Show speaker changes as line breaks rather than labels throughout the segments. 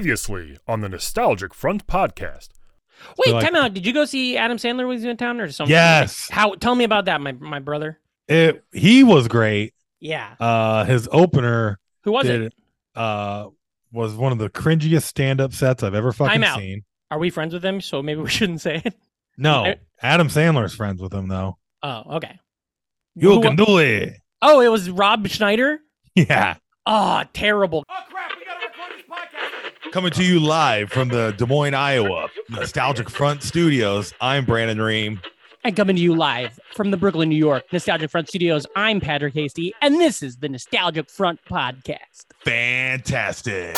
Previously on the Nostalgic Front podcast.
Wait,
like-
time out. Did you go see Adam Sandler when he was in town or something?
Yes.
How? Tell me about that, my my brother.
It he was great.
Yeah.
Uh his opener
Who was
did
it?
uh was one of the cringiest stand-up sets I've ever
Time
fucking
out.
seen.
Are we friends with him? So maybe we shouldn't say it.
No.
I-
Adam Sandler's friends with him though.
Oh, okay.
You
Who-
can do it.
oh, it was Rob Schneider.
Yeah.
Oh, terrible.
Coming to you live from the Des Moines, Iowa, Nostalgic Front Studios. I'm Brandon Ream.
I'm coming to you live from the Brooklyn, New York Nostalgic Front Studios. I'm Patrick Hasty, and this is the Nostalgic Front podcast.
Fantastic.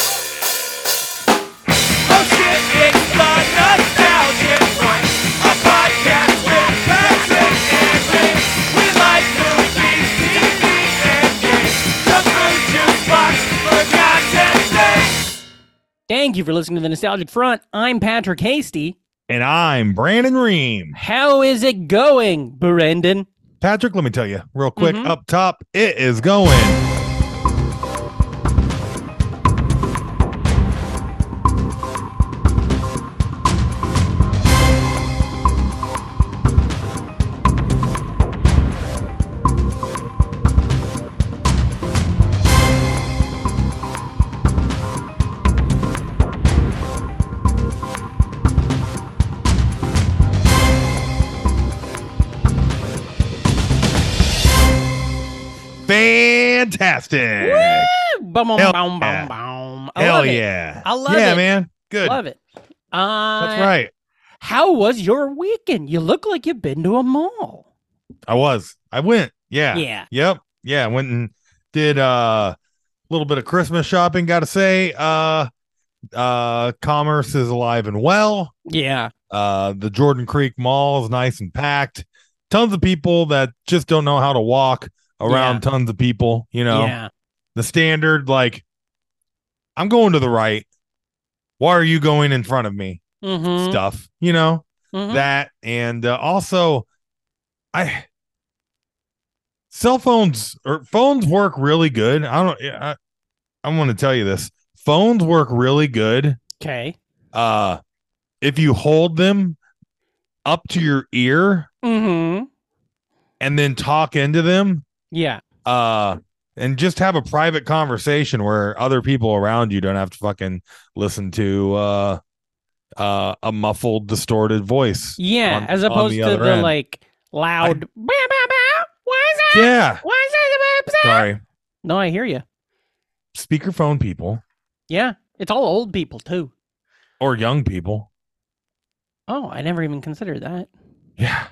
Thank you for listening to the Nostalgic Front. I'm Patrick Hasty.
And I'm Brandon Ream.
How is it going, Brendan?
Patrick, let me tell you real quick
Mhm.
up top, it is going. Fantastic.
Boom, boom,
Hell
boom,
yeah.
boom, boom. I
Hell
love it.
yeah.
I love
yeah,
it.
man. Good.
Love it. Uh,
That's right.
How was your weekend? You look like you've been to a mall.
I was. I went. Yeah.
Yeah.
Yep. Yeah. I Went and did uh, a little bit of Christmas shopping. Got to say, uh, uh, commerce is alive and well.
Yeah.
Uh, the Jordan Creek Mall is nice and packed. Tons of people that just don't know how to walk around
Yeah.
tons of people. You know,
Yeah.
the standard, like, I'm going to the right. Why are you going in front of me?
Mhm,
Stuff, you know?
mhm.
that and uh, also i cell phones or phones work really good i don't i i want to tell you this phones work really good
Okay.
uh if you hold them up to your ear
Mm-hmm.
and then talk into them
Yeah.
uh and just have a private conversation where other people around you don't have to fucking listen to uh uh a muffled distorted voice
Yeah.
On-
As
on the
opposed to
other
the
end.
like loud. "Bah, bah, bah, What's up?
yeah
What's up? What's up?"
sorry
No, I hear you.
speakerphone people
Yeah. It's all old people too.
or young people.
Oh, I never even considered that.
Yeah.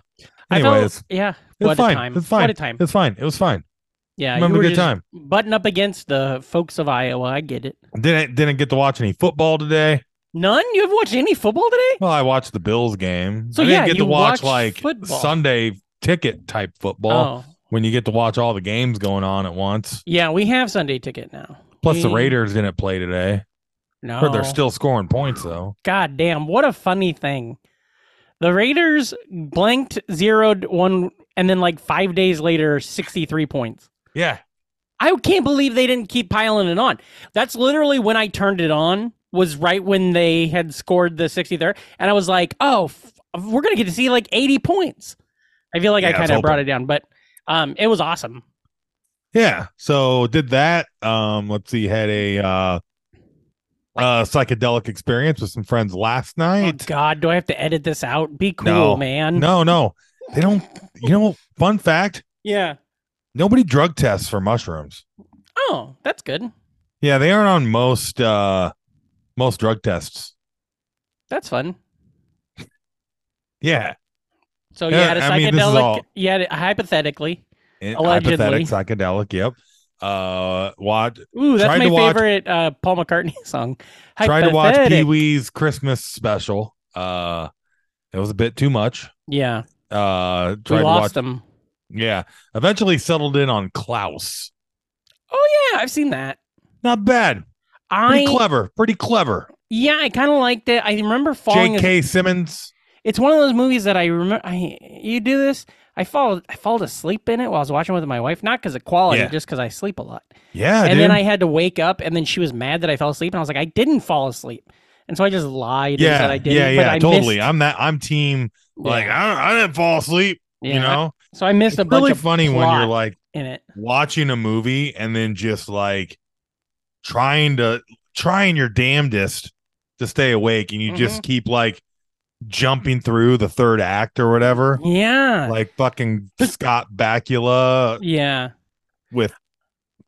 I
Anyways,
felt-
it's,
yeah.
it's
What a
fine.
time.
It's fine.
What a time.
It's fine. It was fine.
Yeah. you
Remember
were
a good
just
time.
Button up against the folks of Iowa. I get it.
Didn't didn't get to watch any football today.
None? You haven't watched any football today?
Well, I watched the Bills game.
So,
I didn't
yeah,
get
you
to watch
watched
like
football.
Sunday ticket type football
Oh.
when you get to watch all the games going on at once.
Yeah, we have Sunday ticket now.
Plus the
We-
Raiders didn't play today.
No.
Heard they're still scoring points though.
God damn, what a funny thing. The Raiders blanked, zeroed one, and then like five days later, 63 points.
Yeah.
I can't believe they didn't keep piling it on. That's literally when I turned it on, was right when they had scored the 63rd. And I was like, oh, f- we're going to get to see like 80 points. I feel like I
Yeah, I was
kind of brought it down,
hoping.
but um, it was awesome.
Yeah. So did that. Um, let's see, had a uh uh psychedelic experience with some friends last
Oh,
night.
God, do I have to edit this out? Be cool,
No.
man.
No, no. They don't you know, fun fact,
Yeah.
nobody drug tests for mushrooms.
Oh, that's good.
Yeah, they aren't on most uh most drug tests.
That's fun.
Yeah.
So you
Yeah,
had a
I mean, this is
psychedelic.
all-
You had a- hypothetically.
And
Allegedly.
Hypothetic, psychedelic, yep. Uh watch
Ooh, that's
Tried
my
to watch-
favorite uh, Paul McCartney song.
tried to watch Pee
Hypothetic.
Wee's Christmas special. Uh it was a bit too much.
Yeah,
Uh
we
tried to watch
lost them.
Yeah. Eventually settled in on Klaus.
Oh yeah, I've seen that.
Not bad.
I
Pretty clever. Pretty clever.
yeah, I kind of liked it. I remember falling. as-
J.K. Simmons.
It's one of those movies that I remember. I you do this. I fall I fall asleep in it while I was watching with my wife, not because of quality,
Yeah.
just because I sleep a lot.
Yeah,
and
dude.
then I had to wake up, and then she was mad that I fell asleep, and I was like, I didn't fall asleep, and so I just lied. and
yeah,
said I didn't,
yeah,
but
yeah,
I
totally.
missed-
I'm that. I'm team. Like
yeah,
I, don't, I didn't fall asleep.
yeah.
You know,
So I missed a
it's
bunch
really
of
funny when you're
plot
like
in it.
watching a movie and then just like trying to trying your damnedest to stay awake, and you just
Mm-hmm.
keep like jumping through the third act or whatever.
Yeah,
Like fucking Scott Bakula
yeah,
with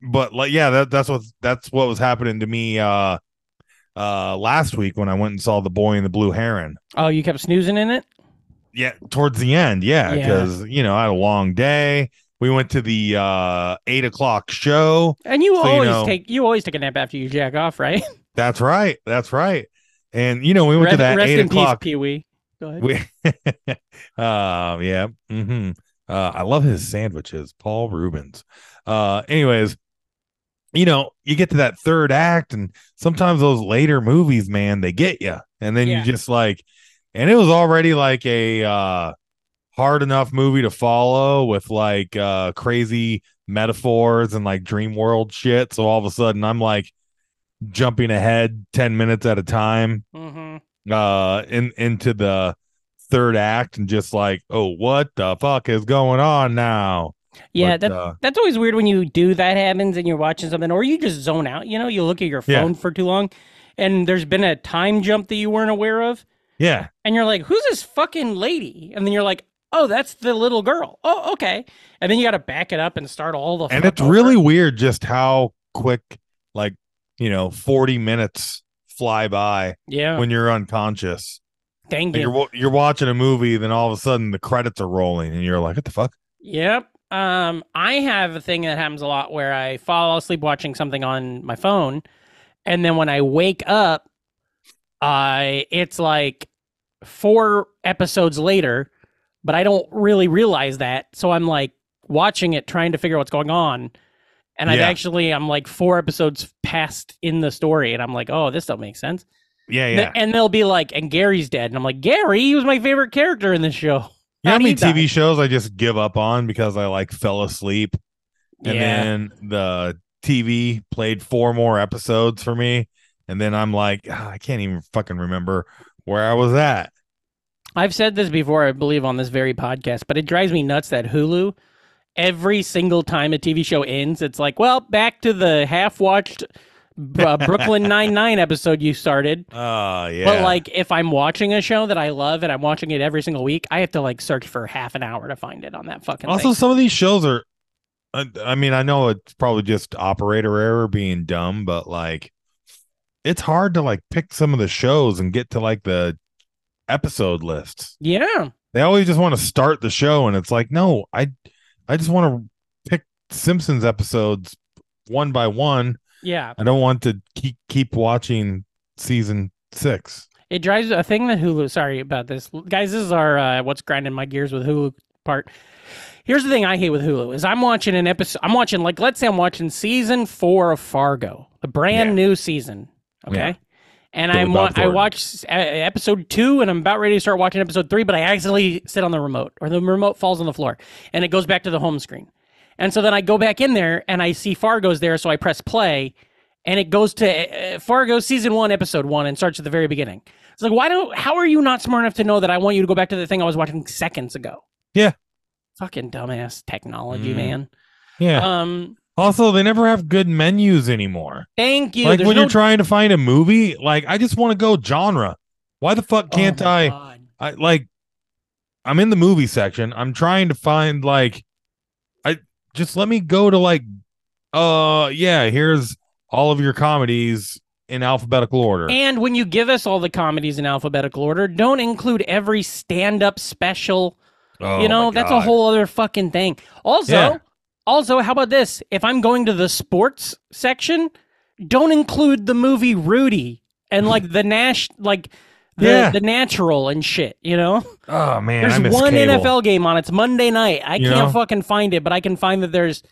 but like yeah that, that's what that's what was happening to me uh uh last week when i went and saw the boy and the blue heron
Oh, you kept snoozing in it.
yeah towards the end yeah
Yeah.
because you know i had a long day we went to the uh eight o'clock show
And you
So, you
always
know-
take you always take a nap after you jack off, right?
that's right that's right and you know we went
rest
to that
rest
eight
in
o'clock
peace, Pee Wee. Go ahead.
we um yeah hmm uh i love his sandwiches paul rubens uh anyways you know you get to that third act and sometimes those later movies man they get you and then
Yeah.
you just like and it was already like a uh hard enough movie to follow with like uh crazy metaphors and like dream world shit so all of a sudden i'm like jumping ahead 10 minutes at a time
hmm
uh in into the third act and just like oh what the fuck is going on now
Yeah,
But,
that
uh,
that's always weird when you do that happens and you're watching something, or you just zone out. You know, you look at your
Yeah.
phone for too long, and there's been a time jump that you weren't aware of,
yeah
and you're like, "Who's this fucking lady?" And then you're like, "Oh, that's the little girl." Oh, okay. And then you got to back it up and start all the.
and
fuck
it's
over.
really weird just how quick like you know 40 minutes fly by
yeah.
when you're unconscious
Dang
And
it.
you're wa- you're watching a movie then all of a sudden the credits are rolling and you're like what the fuck
Yep. Um, I have a thing that happens a lot where I fall asleep watching something on my phone, and then when I wake up, I it's like four episodes later, but I don't really realize that. So I'm like watching it, trying to figure out what's going on, and I've
Yeah.
actually I'm like four episodes past in the story, and I'm like, oh, this don't make sense.
yeah
Th-
yeah
And they'll be like, and Gary's dead, and I'm like, Gary, he was my favorite character in this show.
you know how
how'd he
many
die?
tv shows i just give up on because i like fell asleep and then the TV played four more episodes for me, and then I'm like, "Ah, I can't even fucking remember where I was at.
I've said this before, I believe, on this very podcast, but it drives me nuts that Hulu, every single time a TV show ends, it's like, well, back to the half watched uh, Brooklyn Nine-Nine episode you started.
Oh yeah,
But, like, if I'm watching a show that I love and I'm watching it every single week, I have to, like, search for half an hour to find it on that fucking
also
thing.
some of these shows are. I, I mean, I know it's probably just operator error being dumb, but like, it's hard to like pick some of the shows and get to like the episode lists.
Yeah.
They always just want to start the show, and it's like, no, I, I just want to pick Simpsons episodes one by one
Yeah.
I don't want to keep keep watching season six.
It drives a thing that Hulu. Sorry about this, L- guys. This is our uh, what's grinding my gears with Hulu part. Here's the thing I hate with Hulu is I'm watching an episode. I'm watching like let's say I'm watching season four of Fargo, the brand
Yeah.
new season. Okay.
Yeah.
And
Billy
I'm
Bob
wa- I
Thornton.
watch uh, episode two, and I'm about ready to start watching episode three, but I accidentally sit on the remote, or the remote falls on the floor, and it goes back to the home screen. And so then I go back in there, and I see Fargo's there, so I press play, and it goes to uh, Fargo season one, episode one, and starts at the very beginning. It's like, why don't? How are you not smart enough to know that I want you to go back to the thing I was watching seconds ago?
Yeah.
Fucking dumbass technology,
Mm.
man.
Yeah.
Um,
also, they never have good menus anymore.
thank you.
like
There's
when
no-
you're trying to find a movie, like I just want to go genre. Why the fuck
Oh
can't
my
I?
God.
I like. I'm in the movie section. I'm trying to find like, I just let me go to like, uh, yeah. Here's all of your comedies in alphabetical order.
And when you give us all the comedies in alphabetical order, don't include every stand-up special.
Oh,
you know,
my
that's a
God.
whole other fucking thing. Also,
Yeah.
also, how about this? If I'm going to the sports section, don't include the movie Rudy and like the Nash, like the
Yeah.
the Natural and shit. You know,
Oh man, I
there's
miss
one
cable.
NFL game on. It's Monday night. I
You
can't
know?
fucking find it, but I can find that there's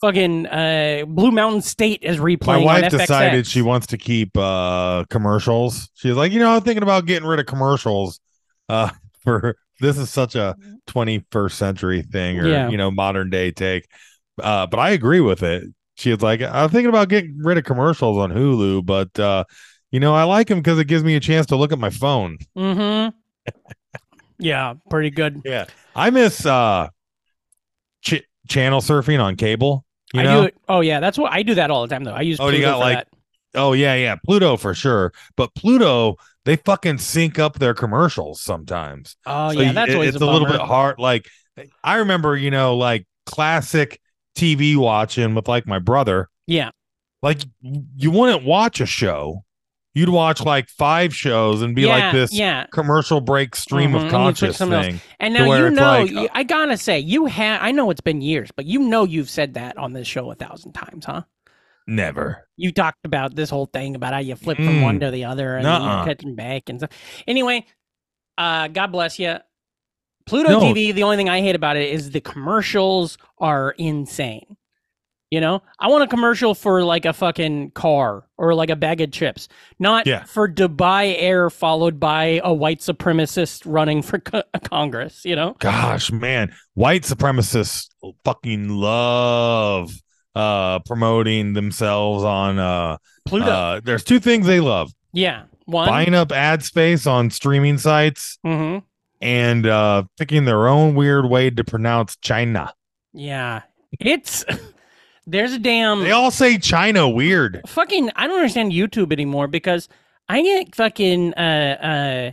fucking uh, Blue Mountain State is replaying.
My
on
wife
FXX.
decided she wants to keep uh commercials. She's like, you know, I'm thinking about getting rid of commercials uh for this is such a 21st century thing or
Yeah.
you know modern day take uh but i agree with it she was like i'm thinking about getting rid of commercials on hulu but uh you know i like them because it gives me a chance to look at my phone
Mm-hmm. yeah, pretty good.
yeah i miss uh ch- channel surfing on cable you
I
know
do it. Oh yeah, that's what I do that all the time though. I use
Oh, you
Pluto
got,
for
like,
that.
oh yeah yeah pluto for sure but pluto they fucking sync up their commercials sometimes
Oh
So
yeah,
you-
that's
it-
always
it's a, little
bummer.
bit hard. Like I remember, you know, like classic TV watching with like my brother.
Yeah.
Like you wouldn't watch a show; you'd watch like five shows and be like
Yeah,
this
Yeah,
commercial break stream
Mhm,
of
and then switch
conscious
something else.
thing.
and
to
now
where
you
it's
know.
like,
you, I gotta say, you have. I know it's been years, but you know you've said that on this show a thousand times, huh?
Never.
you talked about this whole thing about how you flip from one
Mm.
to the other and then
Nuh-uh.
you catch them back and stuff. Anyway, uh, God bless you. Pluto
No.
TV. The only thing I hate about it is the commercials are insane. You know, I want a commercial for like a fucking car or like a bag of chips, not
Yeah.
for Dubai Air followed by a white supremacist running for co- Congress. You know,
Gosh, man, white supremacists fucking love uh promoting themselves on uh,
Pluto.
uh there's two things they love
yeah, one.
buying up ad space on streaming sites
hmm
and uh picking their own weird way to pronounce China.
Yeah, it's there's a damn.
They all say China weird.
fucking I don't understand YouTube anymore because I get fucking uh uh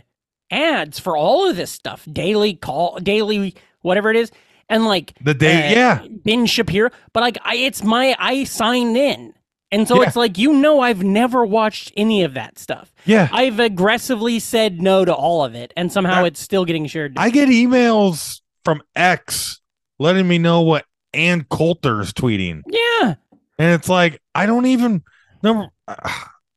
ads for all of this stuff. Daily call daily whatever it is. And like
The day,
uh,
yeah,
Ben Shapiro. But like I it's my I signed in. And so
Yeah.
it's like you know I've never watched any of that stuff.
yeah.
I've aggressively said no to all of it and somehow
I-
it's still getting shared. to
I get emails from X letting me know what Ann Coulter's tweeting,
me. yeah.
and it's like I don't even number.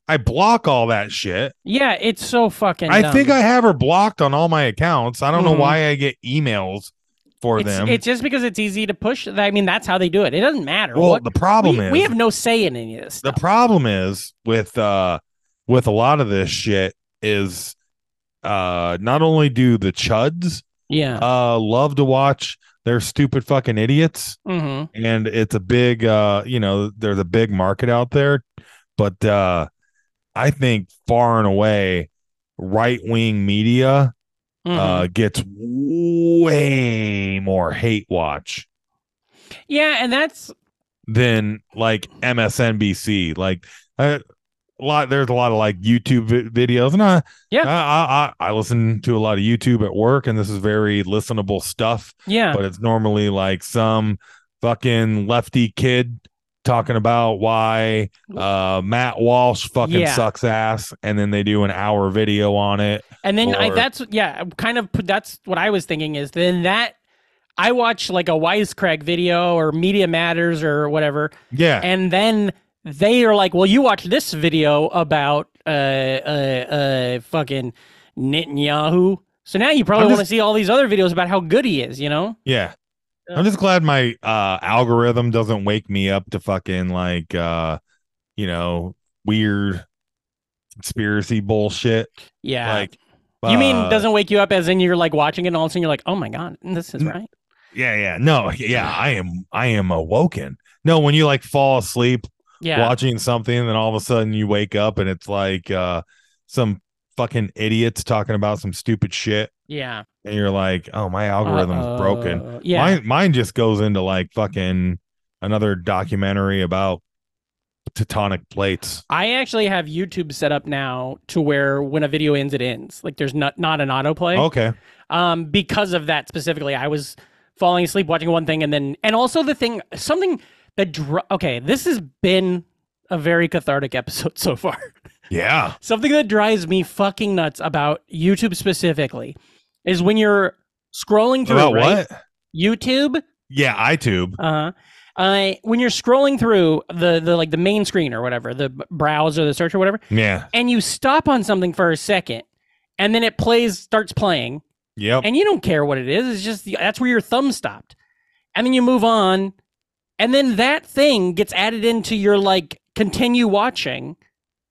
I block all that shit.
Yeah, it's so fucking
I
dumb.
think I have her blocked on all my accounts. I don't
Mhm.
know why I get emails for
it's,
them.
it's just because it's easy to push. I mean, that's how they do it. It doesn't matter.
well,
what
the problem
we,
is
we have no say in any of this
the
stuff.
problem is with uh with a lot of this shit is uh not only do the chuds
yeah.
uh love to watch their stupid fucking idiots
hmm
and it's a big uh you know there's a big market out there but uh i think far and away right-wing media
Mm-hmm.
uh gets way more hate watch
yeah, and that's
than like MSNBC. Like uh, a lot, there's a lot of like YouTube vi- videos, and I
Yeah.
I, I I listen to a lot of YouTube at work, and this is very listenable stuff.
yeah,
But it's normally like some fucking lefty kid talking about why uh Matt Walsh fucking
Yeah.
sucks ass and then they do an hour video on it.
and then I,
or-
that's yeah, I'm kind of. put- That's what I was thinking is then that I watch like a wisecrack video or Media Matters or whatever,
Yeah.
and then they are like, "Well, you watch this video about uh uh uh fucking Netanyahu." So now you probably
I'm
want to
just-
see all these other videos about how good he is, you know?
Yeah.
Yeah.
I'm just glad my uh algorithm doesn't wake me up to fucking like uh you know weird conspiracy bullshit.
Yeah.
Like
you mean
uh,
doesn't wake you up as in you're like watching it and all of a sudden you're like, oh my god, this is
N-
right.
Yeah, yeah. No, yeah, I am I am awoken. No, when you like fall asleep
Yeah.
watching something and then all of a sudden you wake up and it's like uh some fucking idiots talking about some stupid shit
yeah.
and you're like, "Oh, my algorithm's broken."
Uh, Yeah.
Mine mine just goes into like fucking another documentary about tectonic plates.
I actually have YouTube set up now to where when a video ends, it ends. Like there's not not an autoplay.
Okay.
Um, because of that specifically, I was falling asleep watching one thing, and then and also the thing something that dro- okay, this has been a very cathartic episode so far.
Yeah.
Something that drives me fucking nuts about YouTube specifically is when you're scrolling through
About
right?
what?
YouTube
Yeah, iTube.
Uh-huh. Uh, when you're scrolling through the the like the main screen or whatever, the b- browse or the search or whatever,
Yeah.
and you stop on something for a second, and then it plays starts playing,
Yep.
and you don't care what it is. It's just the, that's where your thumb stopped, and then you move on, and then that thing gets added into your like continue watching,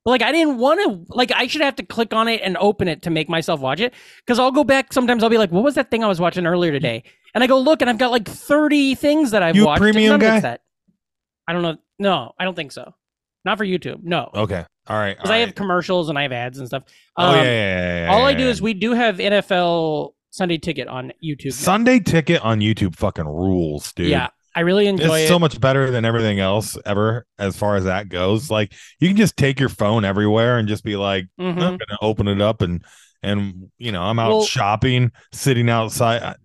But like I didn't want to like I should have to click on it and open it to make myself watch it cuz I'll go back sometimes I'll be like what was that thing I was watching earlier today? And I go look and I've got like 30 things that I've
You a
watched. and
premium
none of it's
guy?
That. I don't know. No, I don't think so. Not for YouTube. No.
Okay. All right.
Cuz
all
I
right.
have commercials and I have ads and stuff.
oh,
Um,
yeah, yeah, yeah, yeah,
all I
yeah,
do
yeah.
is we do have NFL Sunday ticket on YouTube. now.
Sunday ticket on YouTube fucking rules, dude.
Yeah, I really enjoy
it's
it.
so much better than everything else ever as far as that goes. Like you can just take your phone everywhere and just be like,
Mhm.
I'm gonna open it up and and you know, I'm out
Well-
shopping, sitting outside. I-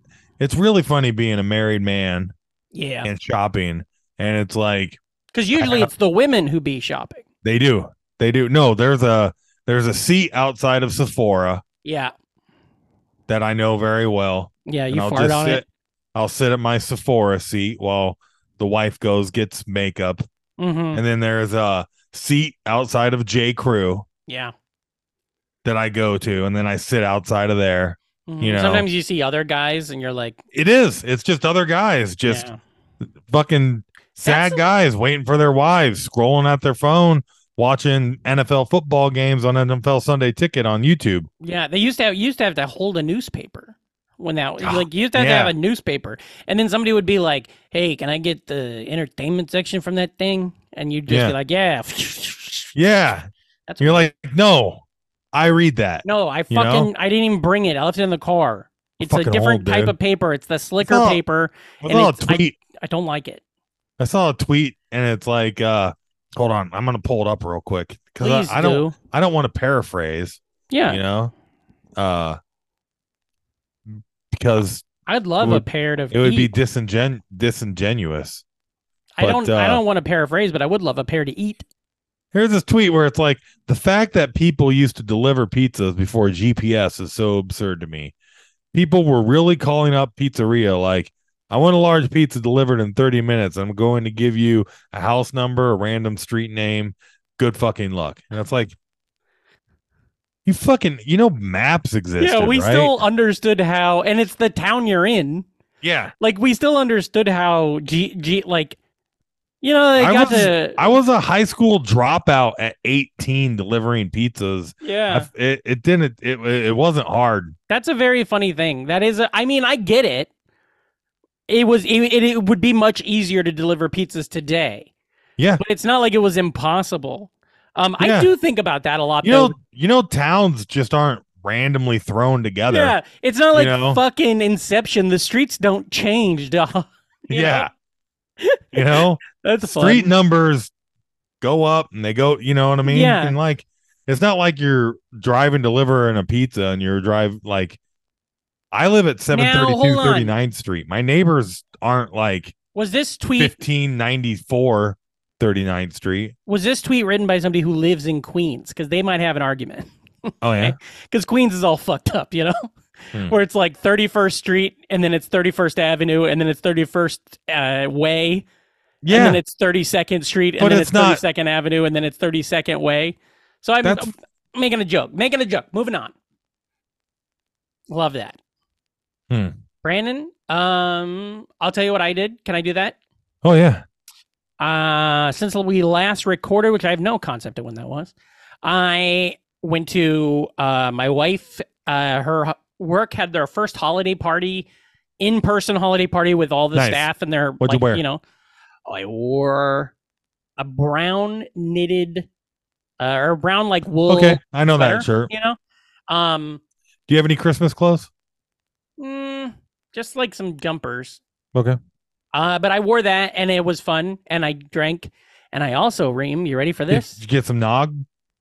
It's really funny being a married man
Yeah,
and shopping, and it's like
because usually it's the women who be shopping.
they do, they do. No, there's a there's a seat outside of Sephora
Yeah, that
that I know very well.
yeah,
and
you
I'll
fart
just
on
sit,
it.
I'll sit at my Sephora seat while the wife goes gets makeup,
hmm
and then there's a seat outside of J Crew
Yeah,
that I go to, and then I sit outside of there.
Mhm.
You know.
sometimes you see other guys and you're like,
It is. It's just other guys, just
yeah.
fucking sad
That's a-
guys waiting for their wives, scrolling at their phone, watching NFL football games on NFL Sunday Ticket on YouTube.
Yeah, they used to have, used to have to hold a newspaper when that
Ah,
like you used to have to
yeah.
have a newspaper, and then somebody would be like, "Hey, can I get the entertainment section from that thing?" And you'd just
Yeah.
be like, "Yeah,
Yeah,
That's
you're like, no, I read that.
No, I fucking
You know?
I didn't even bring it. I left it in the car. It's a
Fucking
different
old,
type
dude.
of paper. It's the slicker
all-
paper.
I
and
saw a
it's- I-
tweet.
I don't like it.
I, saw a tweet, and it's like, uh, hold on, I'm gonna pull it up real quick because
Please
I, I
do.
don't, I don't want to paraphrase.
Yeah,
You know, uh, because
I'd love
it
a
would-
pair of.
it would be
eat.
disingen disingenuous.
I don't.
but,
I
uh,
don't want to paraphrase, but I would love a pair to eat.
Here's this tweet where it's like the fact that people used to deliver pizzas before GPS is so absurd to me. People were really calling up pizzeria like, I want a large pizza delivered in 30 minutes. I'm going to give you a house number, a random street name. Good fucking luck. And it's like, you fucking, you know, maps exist.
yeah, we still understood how, and it's the town you're in.
yeah.
Like we still understood how G G like, you know, they
I
got
was-
the
I was a high school dropout at 18 delivering pizzas.
yeah.
I- it, it didn't, it, it wasn't hard.
That's a very funny thing. That is, a, I mean, I get it. It was, it, it, it would be much easier to deliver pizzas today.
Yeah.
But it's not like it was impossible. Um, I
Yeah.
do think about that a lot.
you
though.
know, you know, towns just aren't randomly thrown together.
yeah. It's not
you
like
know?
fucking Inception. The streets don't change, dog. You know?
yeah. you know,
That's fun.
street numbers go up and they go. You know what I mean?
Yeah.
And like, it's not like you're driving, delivering a pizza, and you're drive like. I live at
hold
732
on.
39th Street. My neighbors aren't like
was this tweet?
1594 39th Street.
Was this tweet written by somebody who lives in Queens? Because they might have an argument.
Oh yeah.
because Queens is all fucked up, you know,
Hmm.
where it's like 31st Street and then it's 31st Avenue and then it's 31st uh, Way and
Yeah.
then it's 32nd Street and
But
then
it's
it's,
not-
32nd Avenue and then it's 32nd Way. So I'm,
That's-
I'm making a joke, making a joke. Moving on. Love that.
Hmm.
Brandon, um, I'll tell you what I did. Can I do that?
Oh yeah.
Uh, since we last recorded, which I have no concept of when that was, I went to uh, my wife. Uh, her h- work had their first holiday party, in person holiday party with all the
Nice.
staff and their
What'd you
like,
wear?
know. I wore a brown knitted uh, or brown like wool.
Okay. I know
sweater,
that shirt.
You know, um,
Do you have any Christmas clothes?
mm, just like some jumpers.
Okay.
Uh, but I wore that and it was fun and I drank and I also ream. You ready for
Did
this?
you get some nog?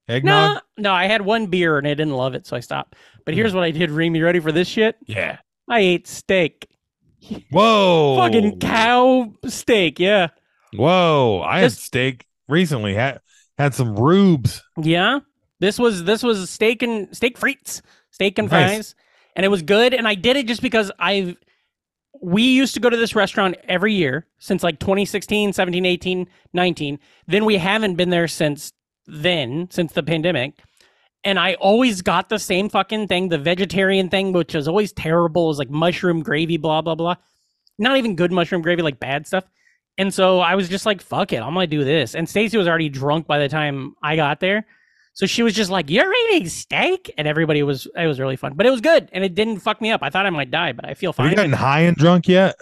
Eggnog? Mm.
No, no, I had one beer and I didn't love it, so I stopped. But here's what I did, Reem. You ready for this shit?
Yeah.
I ate steak.
Whoa.
Fucking cow steak, yeah.
Whoa. I had
This-
steak recently. Had had some rubes.
Yeah. This was this was steak and steak frites, steak and
Nice.
fries, and it was good. And I did it just because I've we used to go to this restaurant every year since like 2016, 17, 18, 19. Then we haven't been there since then, since the pandemic. And I always got the same fucking thing, the vegetarian thing, which was always terrible. It was like mushroom gravy, blah, blah, blah. Not even good mushroom gravy, like bad stuff. And so I was just like, fuck it, I'm gonna do this. And Stacy was already drunk by the time I got there. So she was just like, "You're eating steak," and everybody was. It was really fun, but it was good, and it didn't fuck me up. I thought I might die, but I feel
Have
fine.
you gotten high and drunk yet?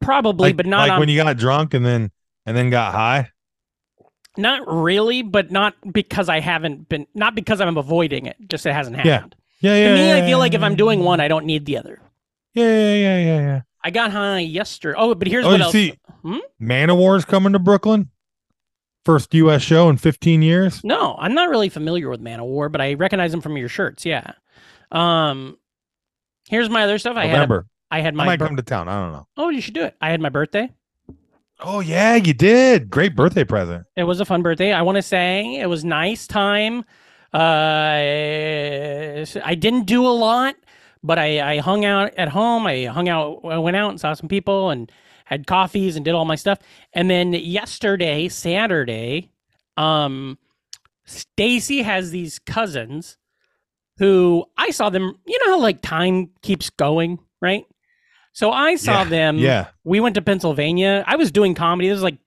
Probably,
like,
but not
like
on,
when you got drunk and then and then got high.
not really, but not because I haven't been. Not because I'm avoiding it. Just it hasn't
Yeah.
happened.
Yeah, yeah.
to me,
yeah,
I feel like if
yeah,
I'm
yeah,
doing
yeah.
one, I don't need the other.
Yeah, yeah, yeah, yeah, yeah.
I got high yesterday. Oh, but here's
Oh,
what
you
else.
see-
Hmm?
Manowar's coming to Brooklyn. First U.S. show in 15 years.
No, I'm not really familiar with Man of War, but I recognize them from your shirts. Yeah. Um, here's my other stuff. I had
November.
I had
I
my
might
bir-
come to town. I don't know.
oh, you should do it. I had my birthday.
Oh yeah, you did. Great birthday present.
It was a fun birthday. I want to say it was nice time. Uh, I didn't do a lot, but I, I hung out at home. I hung out. I went out and saw some people and had coffees and did all my stuff. And then yesterday, Saturday, um, Stacy has these cousins who I saw them. You know how like time keeps going, right? So I saw them
Yeah.
we went to Pennsylvania. I was doing comedy. This was like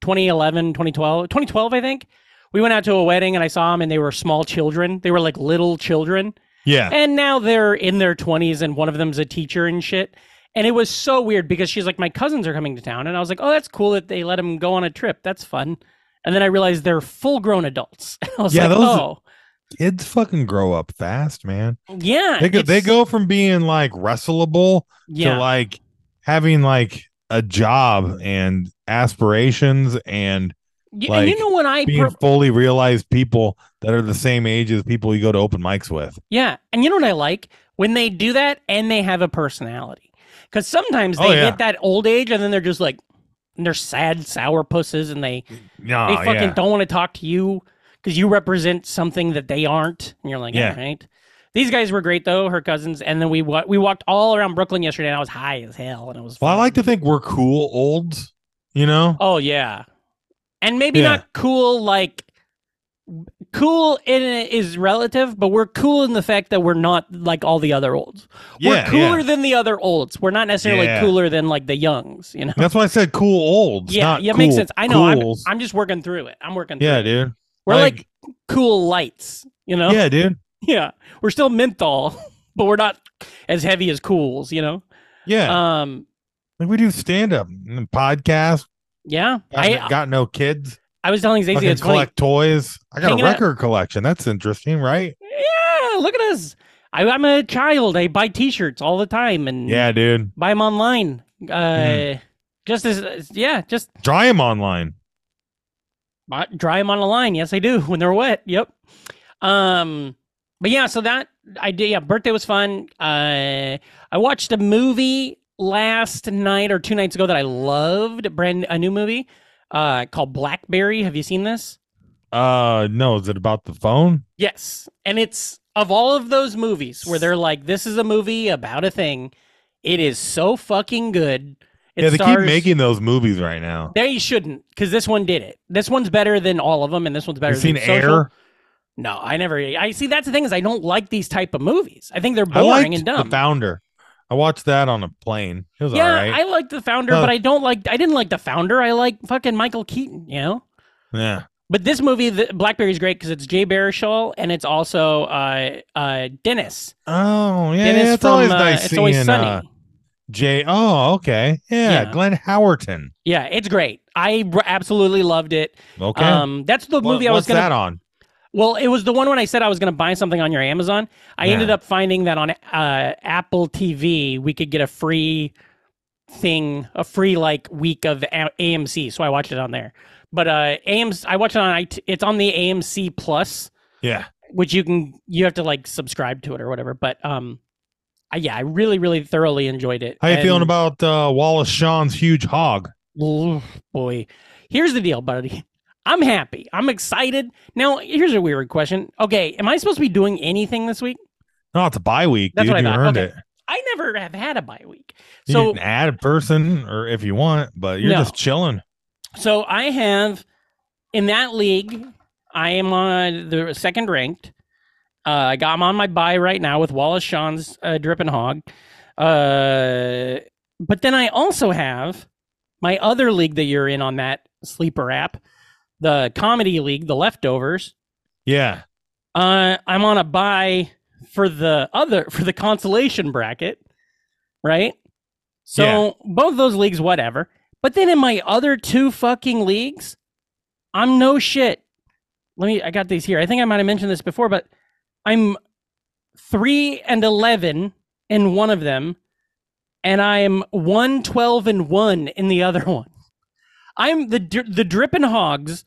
2011, 2012, 2012, I think. We went out to a wedding and I saw them and they were small children. They were like little children.
Yeah.
And now they're in their 20s and one of them's a teacher and shit. And it was so weird because she's like, my cousins are coming to town. And I was like, oh, that's cool that they let them go on a trip. That's fun. And then I realized they're full grown adults. I was
Yeah,
like,
those-
oh,
Kids fucking grow up fast, man.
yeah.
They go, they
it's-
go from being like wrestleable
yeah.
to like having like a job and aspirations and
Y- and you
like
know when I.
being
per-
fully realized people that are the same age as people you go to open mics with.
Yeah. And you know what I like? When they do that and they have a personality. Because sometimes they
Oh, yeah.
hit that old age and then they're just like, and they're sad sour pusses and they,
No,
they fucking
yeah.
don't want to talk to you because you represent something that they aren't. And you're like,
Yeah.
all right. These guys were great though, her cousins. And then we wa- we walked all around Brooklyn yesterday and I was high as hell. And it was
Well, I
fun.
like to think we're cool olds, you know?
Oh yeah, and maybe
Yeah.
not cool like cool in it is relative, but we're cool in the fact that we're not like all the other olds.
Yeah,
Oh, we're cooler
yeah.
than the other olds. We're not necessarily
Yeah.
cooler than like the youngs. You know.
That's why I said cool olds.
yeah,
not
yeah, it makes
cool
sense. I know.
cools.
I'm I'm just working through it. I'm working. Through
yeah,
it.
dude.
We're like, cool lights. You know.
yeah, dude.
Yeah. We're still menthol, but we're not as heavy as cools. You know.
Yeah.
Um.
like we do stand up and podcast.
Yeah.
Got,
I
got no kids.
I was telling Zazie
Fucking
it's funny.
collect toys. I got a
Hanging out-
record collection. That's interesting, right?
Yeah, look at us. I, I'm a child. I buy T-shirts all the time and
Yeah, dude.
buy them online. Uh,
Mhm.
Just as yeah, just
Try them online.
bu- dry them on a line. Yes, I do when they're wet. Yep. Um, but yeah, so that I did. Yeah, birthday was fun. Uh, I watched a movie last night or two nights ago that I loved. Brand a new movie uh, called Blackberry. Have you seen this?
Uh, no, is it about the phone?
Yes. And it's of all of those movies where they're like, this is a movie about a thing. It is so fucking good. It
yeah, they
stars-
keep making those movies right now.
They shouldn't, because this one did it. This one's better than all of them, and this one's better
You seen
than Social.
Air?
No, I never. I see. That's the thing is, I don't like these type of movies. I think they're
I
boring
liked
and dumb.
the founder. I watched that on a plane. It was
yeah,
all right.
I liked the founder,
Huh.
but I don't like. I didn't like the founder. I like fucking Michael Keaton. You know.
yeah,
But this movie, the, Blackberry's great because it's Jay Baruchel and it's also uh, uh, Dennis.
Oh yeah,
Dennis
yeah, it's
from
always
uh,
nice
It's
seeing
Always Sunny.
uh, Jay. Oh, okay, yeah,
Yeah.
Glenn Howerton.
Yeah, it's great. I r- absolutely loved it.
Okay,
Um, that's the
What-
movie I was
what's
gonna.
that on?
Well, it was the one when I said I was gonna buy something on your Amazon. I
Yeah.
ended up finding that on uh, Apple TV we could get a free thing, a free like week of A- AMC. So I watched it on there. But uh, AMC, I watched it on. IT- It's on the AMC Plus,
Yeah,
which you can you have to like subscribe to it or whatever. But um, I, yeah, I really really thoroughly enjoyed it.
how you
And-
feeling about uh, Wallace Shawn's huge hog?
Ooh, boy, here's the deal, buddy. I'm happy. I'm excited. Now, here's a weird question. Okay, am I supposed to be doing anything this week?
No, it's a bye week,
That's
dude.
what I
you
thought.
earned
Okay.
it.
I never have had a bye week,
You
so
can add a person or if you want, but you're
No.
just chilling.
so I have in that league. I am on the second ranked. Uh, I got I'm on my bye right now with Wallace Shawn's uh, dripping hog. Uh, but then I also have my other league that you're in on that sleeper app, the comedy league, the leftovers.
Yeah.
Uh, I'm on a buy for the other for the consolation bracket, right? So
Yeah.
both those leagues, whatever. But then in my other two fucking leagues, I'm no shit. Let me. I got these here. I think I might have mentioned this before, but I'm three and eleven in one of them, and I'm one twelve and one in the other one. I'm the dri- the dripping hogs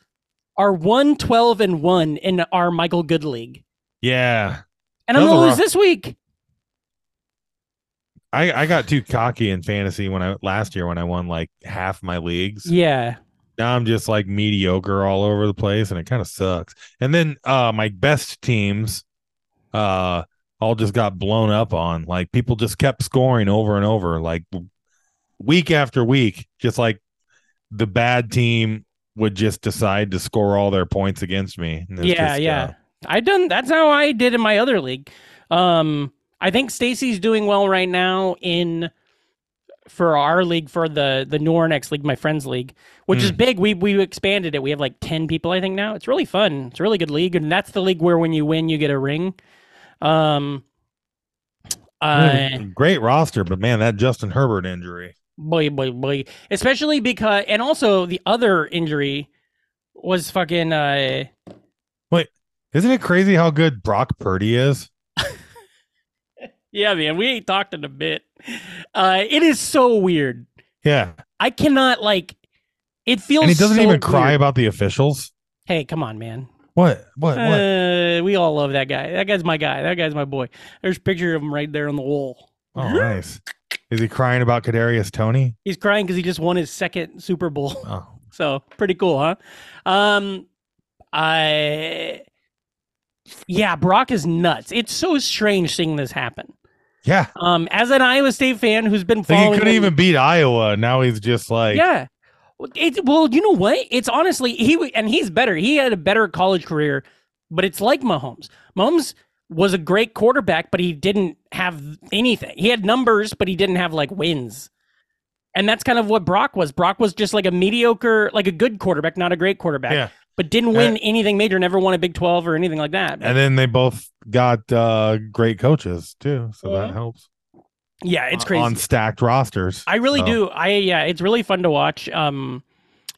are one twelve and one in our Michael Good league,
Yeah.
and I'm
Those
gonna
are
lose
rough.
this week.
I, I got too cocky in fantasy when I last year when I won like half my leagues.
Yeah,
Now I'm just like mediocre all over the place and it kind of sucks. And then uh my best teams uh all just got blown up on. Like people just kept scoring over and over like week after week just like the bad team would just decide to score all their points against me. And it's
yeah,
just,
yeah.
uh,
I done. That's how I did in my other league. Um, I think Stacy's doing well right now in for our league for the the New Orleans league, my friends league, which
Hmm.
is big. We we expanded it. We have like ten people, I think now. It's really fun. It's a really good league, and that's the league where when you win, you get a ring. Um, uh,
great roster, but man, that Justin Herbert injury.
boy, boy, boy. Especially because, and also the other injury was fucking. Uh,
Isn't it crazy how good Brock Purdy is?
Yeah, man, we ain't talked in a bit. Uh, it is so weird.
Yeah.
I cannot like. It feels.
And he doesn't
so
even cry
weird.
about the officials.
Hey, come on, man.
What? What? What?
Uh, we all love that guy. That guy's my guy. That guy's my boy. There's a picture of him right there on the wall.
Oh, nice. Is he crying about Kadarius Tony?
He's crying because he just won his second Super Bowl.
Oh,
So pretty cool, huh? Um, I. Yeah, Brock is nuts. It's so strange seeing this happen.
yeah.
Um, as an Iowa State fan who's been
Like
following,
he couldn't
him-
even beat Iowa. Now he's just like,
yeah. Well, It, well, you know what? It's honestly he w- and he's better. He had a better college career, but it's like Mahomes. Mahomes was a great quarterback, but he didn't have anything. He had numbers, but he didn't have like wins. And that's kind of what Brock was. Brock was just like a mediocre, like a good quarterback, not a great quarterback,
Yeah.
but didn't win anything major, never won a Big 12 or anything like that.
And then they both got uh, great coaches too, so
Mhm.
that helps.
yeah, it's
On-
crazy. Ah,
on stacked rosters.
I really
so.
do. I yeah, it's really fun to watch. Um,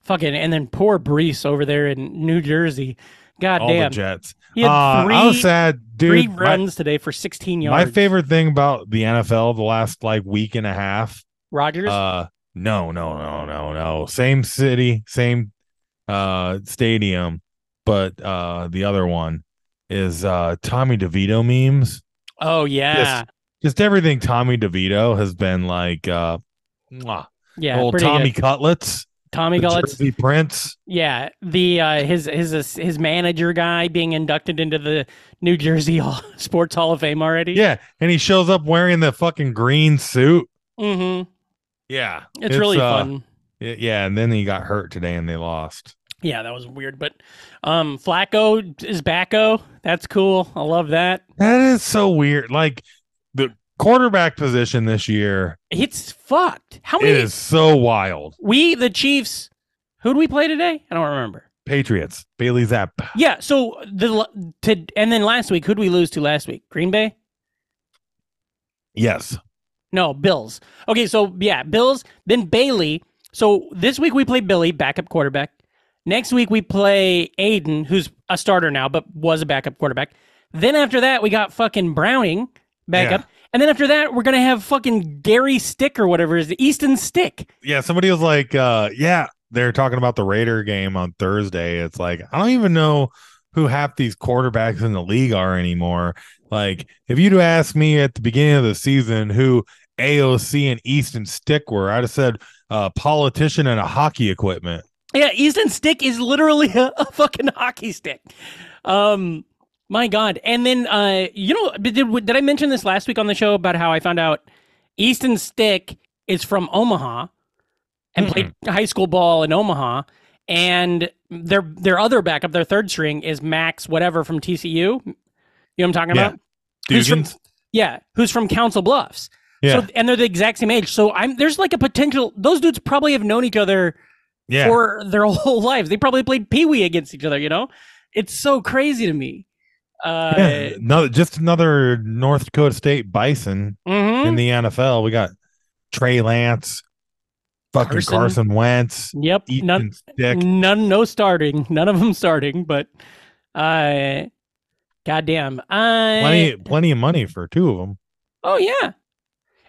fucking and then poor Brees over there in New Jersey. God
all
damn,
the Jets.
he had
Uh,
three,
I was sad,
three
dude. My,
runs today for 16
my
yards.
favorite thing about the NFL the last like week and a half
Rogers.
Uh, no, no, no, no, no. Same city, same uh stadium, but uh the other one is uh Tommy DeVito memes.
oh yeah,
Just everything Tommy DeVito has been like uh mwah.
yeah.
old
pretty
Tommy
good.
Cutlets,
Tommy
the
Gullets.
Jersey Prince.
Yeah, the uh, his his his manager guy being inducted into the New Jersey Hall, Sports Hall of Fame already.
Yeah, and he shows up wearing the fucking green suit.
hmm
Yeah.
It's, really
uh,
fun.
y- Yeah, and then he got hurt today and they lost.
Yeah, that was weird, but um, Flacco is backo. That's cool. I love that.
That is so weird. Like the quarterback position this year
It's fucked. How
It
many?
is so wild.
We the Chiefs. Who do we play today? I don't remember.
Patriots, Bailey Zapp.
Yeah. So the l- to and then last week, who would we lose to last week? Green Bay.
Yes.
No, Bills. Okay, so yeah, Bills. Then Bailey. So this week we play Billy, backup quarterback. Next week we play Aiden, who's a starter now, but was a backup quarterback. Then after that we got fucking Browning backup, and then after that we're gonna have fucking Gary Stick or whatever it is the Easton Stick.
Yeah. Somebody was like, uh, yeah, they're talking about the Raider game on Thursday. It's like, I don't even know who half these quarterbacks in the league are anymore. Like, if you'd have asked me at the beginning of the season who AOC and Easton Stick were, I'd have said uh, politician and a hockey equipment.
Yeah, Easton Stick is literally a, a fucking hockey stick. Um, my God. And then, uh, you know, did, did did I mention this last week on the show about how I found out Easton Stick is from Omaha and
Mm-mm.
played high school ball in Omaha, and their their other backup, their third string, is Max whatever from TCU. You know what I'm talking
Yeah.
about? Who's from- Yeah, who's from Council Bluffs.
Yeah.
So, and they're the exact same age. So I'm there's like a potential. Those dudes probably have known each other
yeah.
for their whole lives. They probably played Pee Wee against each other, you know? It's so crazy to me. Uh,
Yeah, no, just another North Dakota State Bison
mhm.
in the NFL. We got Trey Lance, fucking
Carson.
Carson, Wentz,
Yep.
Eaton
None,
Stick.
None, no starting. None of them starting. But, uh, goddamn. I
Plenty, plenty of money for two of them.
Oh yeah,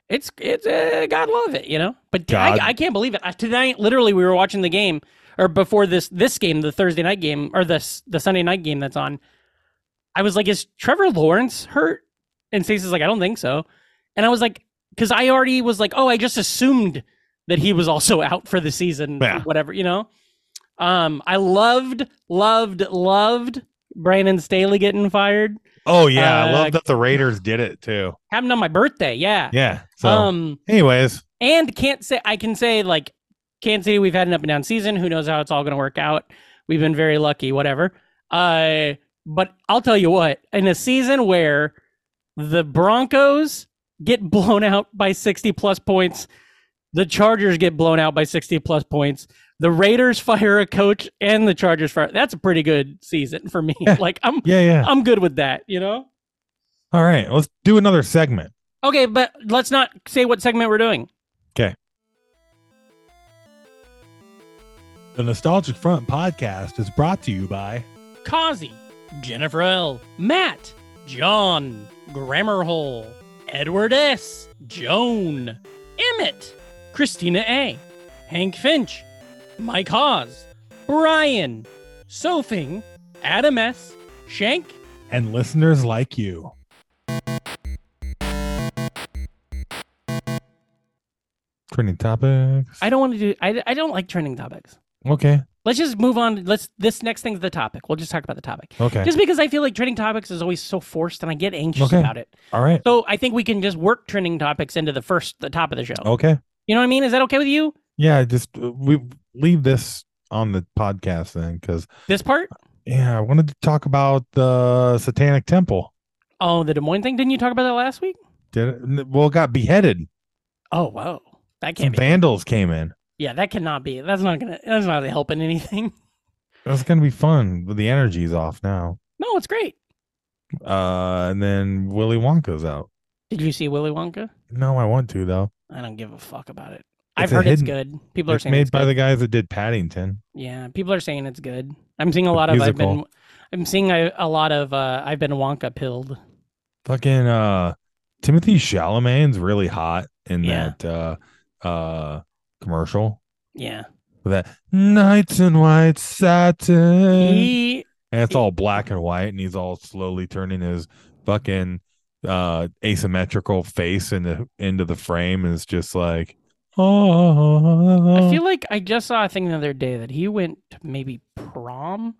it's it's uh, God love it, you know. But I,
God.
I can't believe it. I, tonight, literally, we were watching the game, or before this this game, the Thursday night game, or the s- the Sunday night game that's on. I was like, is Trevor Lawrence hurt? And Stacey's like, I don't think so. And I was like, because I already was like, oh, I just assumed that he was also out for the season,
Yeah.
whatever, you know. Um, I loved, loved, loved Brandon Staley getting fired.
Oh yeah,
Uh,
I love that the Raiders did it too.
Happened on my birthday, yeah.
Yeah. So,
Um,
anyways,
and can't say I can say like Kansas City. We've had an up and down season. Who knows how it's all going to work out? We've been very lucky. Whatever. Uh, but I'll tell you what. In a season where the Broncos get blown out by sixty plus points, the Chargers get blown out by sixty plus points. The Raiders fire a coach, and the Chargers fire. That's a pretty good season for me.
Yeah.
Like I'm,
yeah, yeah.
I'm good with that. You know.
All right, let's do another segment.
Okay, but let's not say what segment we're doing.
The Nostalgic Front podcast is brought to you by.
Kazi, Jennifer L, Matt, John, Grammarhole, Edward S, Joan, Emmett, Christina A, Hank Finch, Mike Hawes, Brian, Sophing, Adam S, Shank,
and listeners like you. Trending topics.
I don't want to do. I, I don't like trending topics.
okay.
Let's just move on. Let's. This next thing's the topic. We'll just talk about the topic.
Okay.
Just because I feel like trending topics is always so forced, and I get anxious
Okay.
about it.
All right.
So I think we can just work trending topics into the first, the top of the show.
Okay.
You know what I mean? Is that okay with you?
Yeah. Just uh, we leave this on the podcast then, because
This part?
yeah, I wanted to talk about the Satanic Temple.
Oh, the Des Moines thing. Didn't you talk about that last week?
Did it? n- Well, it got beheaded.
Oh, whoa. That
Some
can't be.
vandals came in.
Yeah, that cannot be. That's not gonna. That's not helping anything.
That's gonna be fun. but The energy's off now.
No, it's great.
Uh, and then Willy Wonka's out.
Did you see Willy Wonka?
No, I want to though.
I don't give a fuck about it. I've
It's a
heard it's
hidden-
good. People are
it's
saying
made
it's
by
good.
the guys that did Paddington.
Yeah, people are saying it's good. I'm seeing a
The
lot of. I've been.
musical.
I'm seeing a, a lot of. Uh, I've been Wonka pilled.
fucking uh Timothy Chalamet's really hot in
Yeah.
that uh uh commercial
Yeah,
for that nights in white satin
he.
and it's all black and white and he's all slowly turning his fucking uh asymmetrical face into into the frame and it's just like "Ah, oh
I feel like I just saw a thing the other day that he went to maybe prom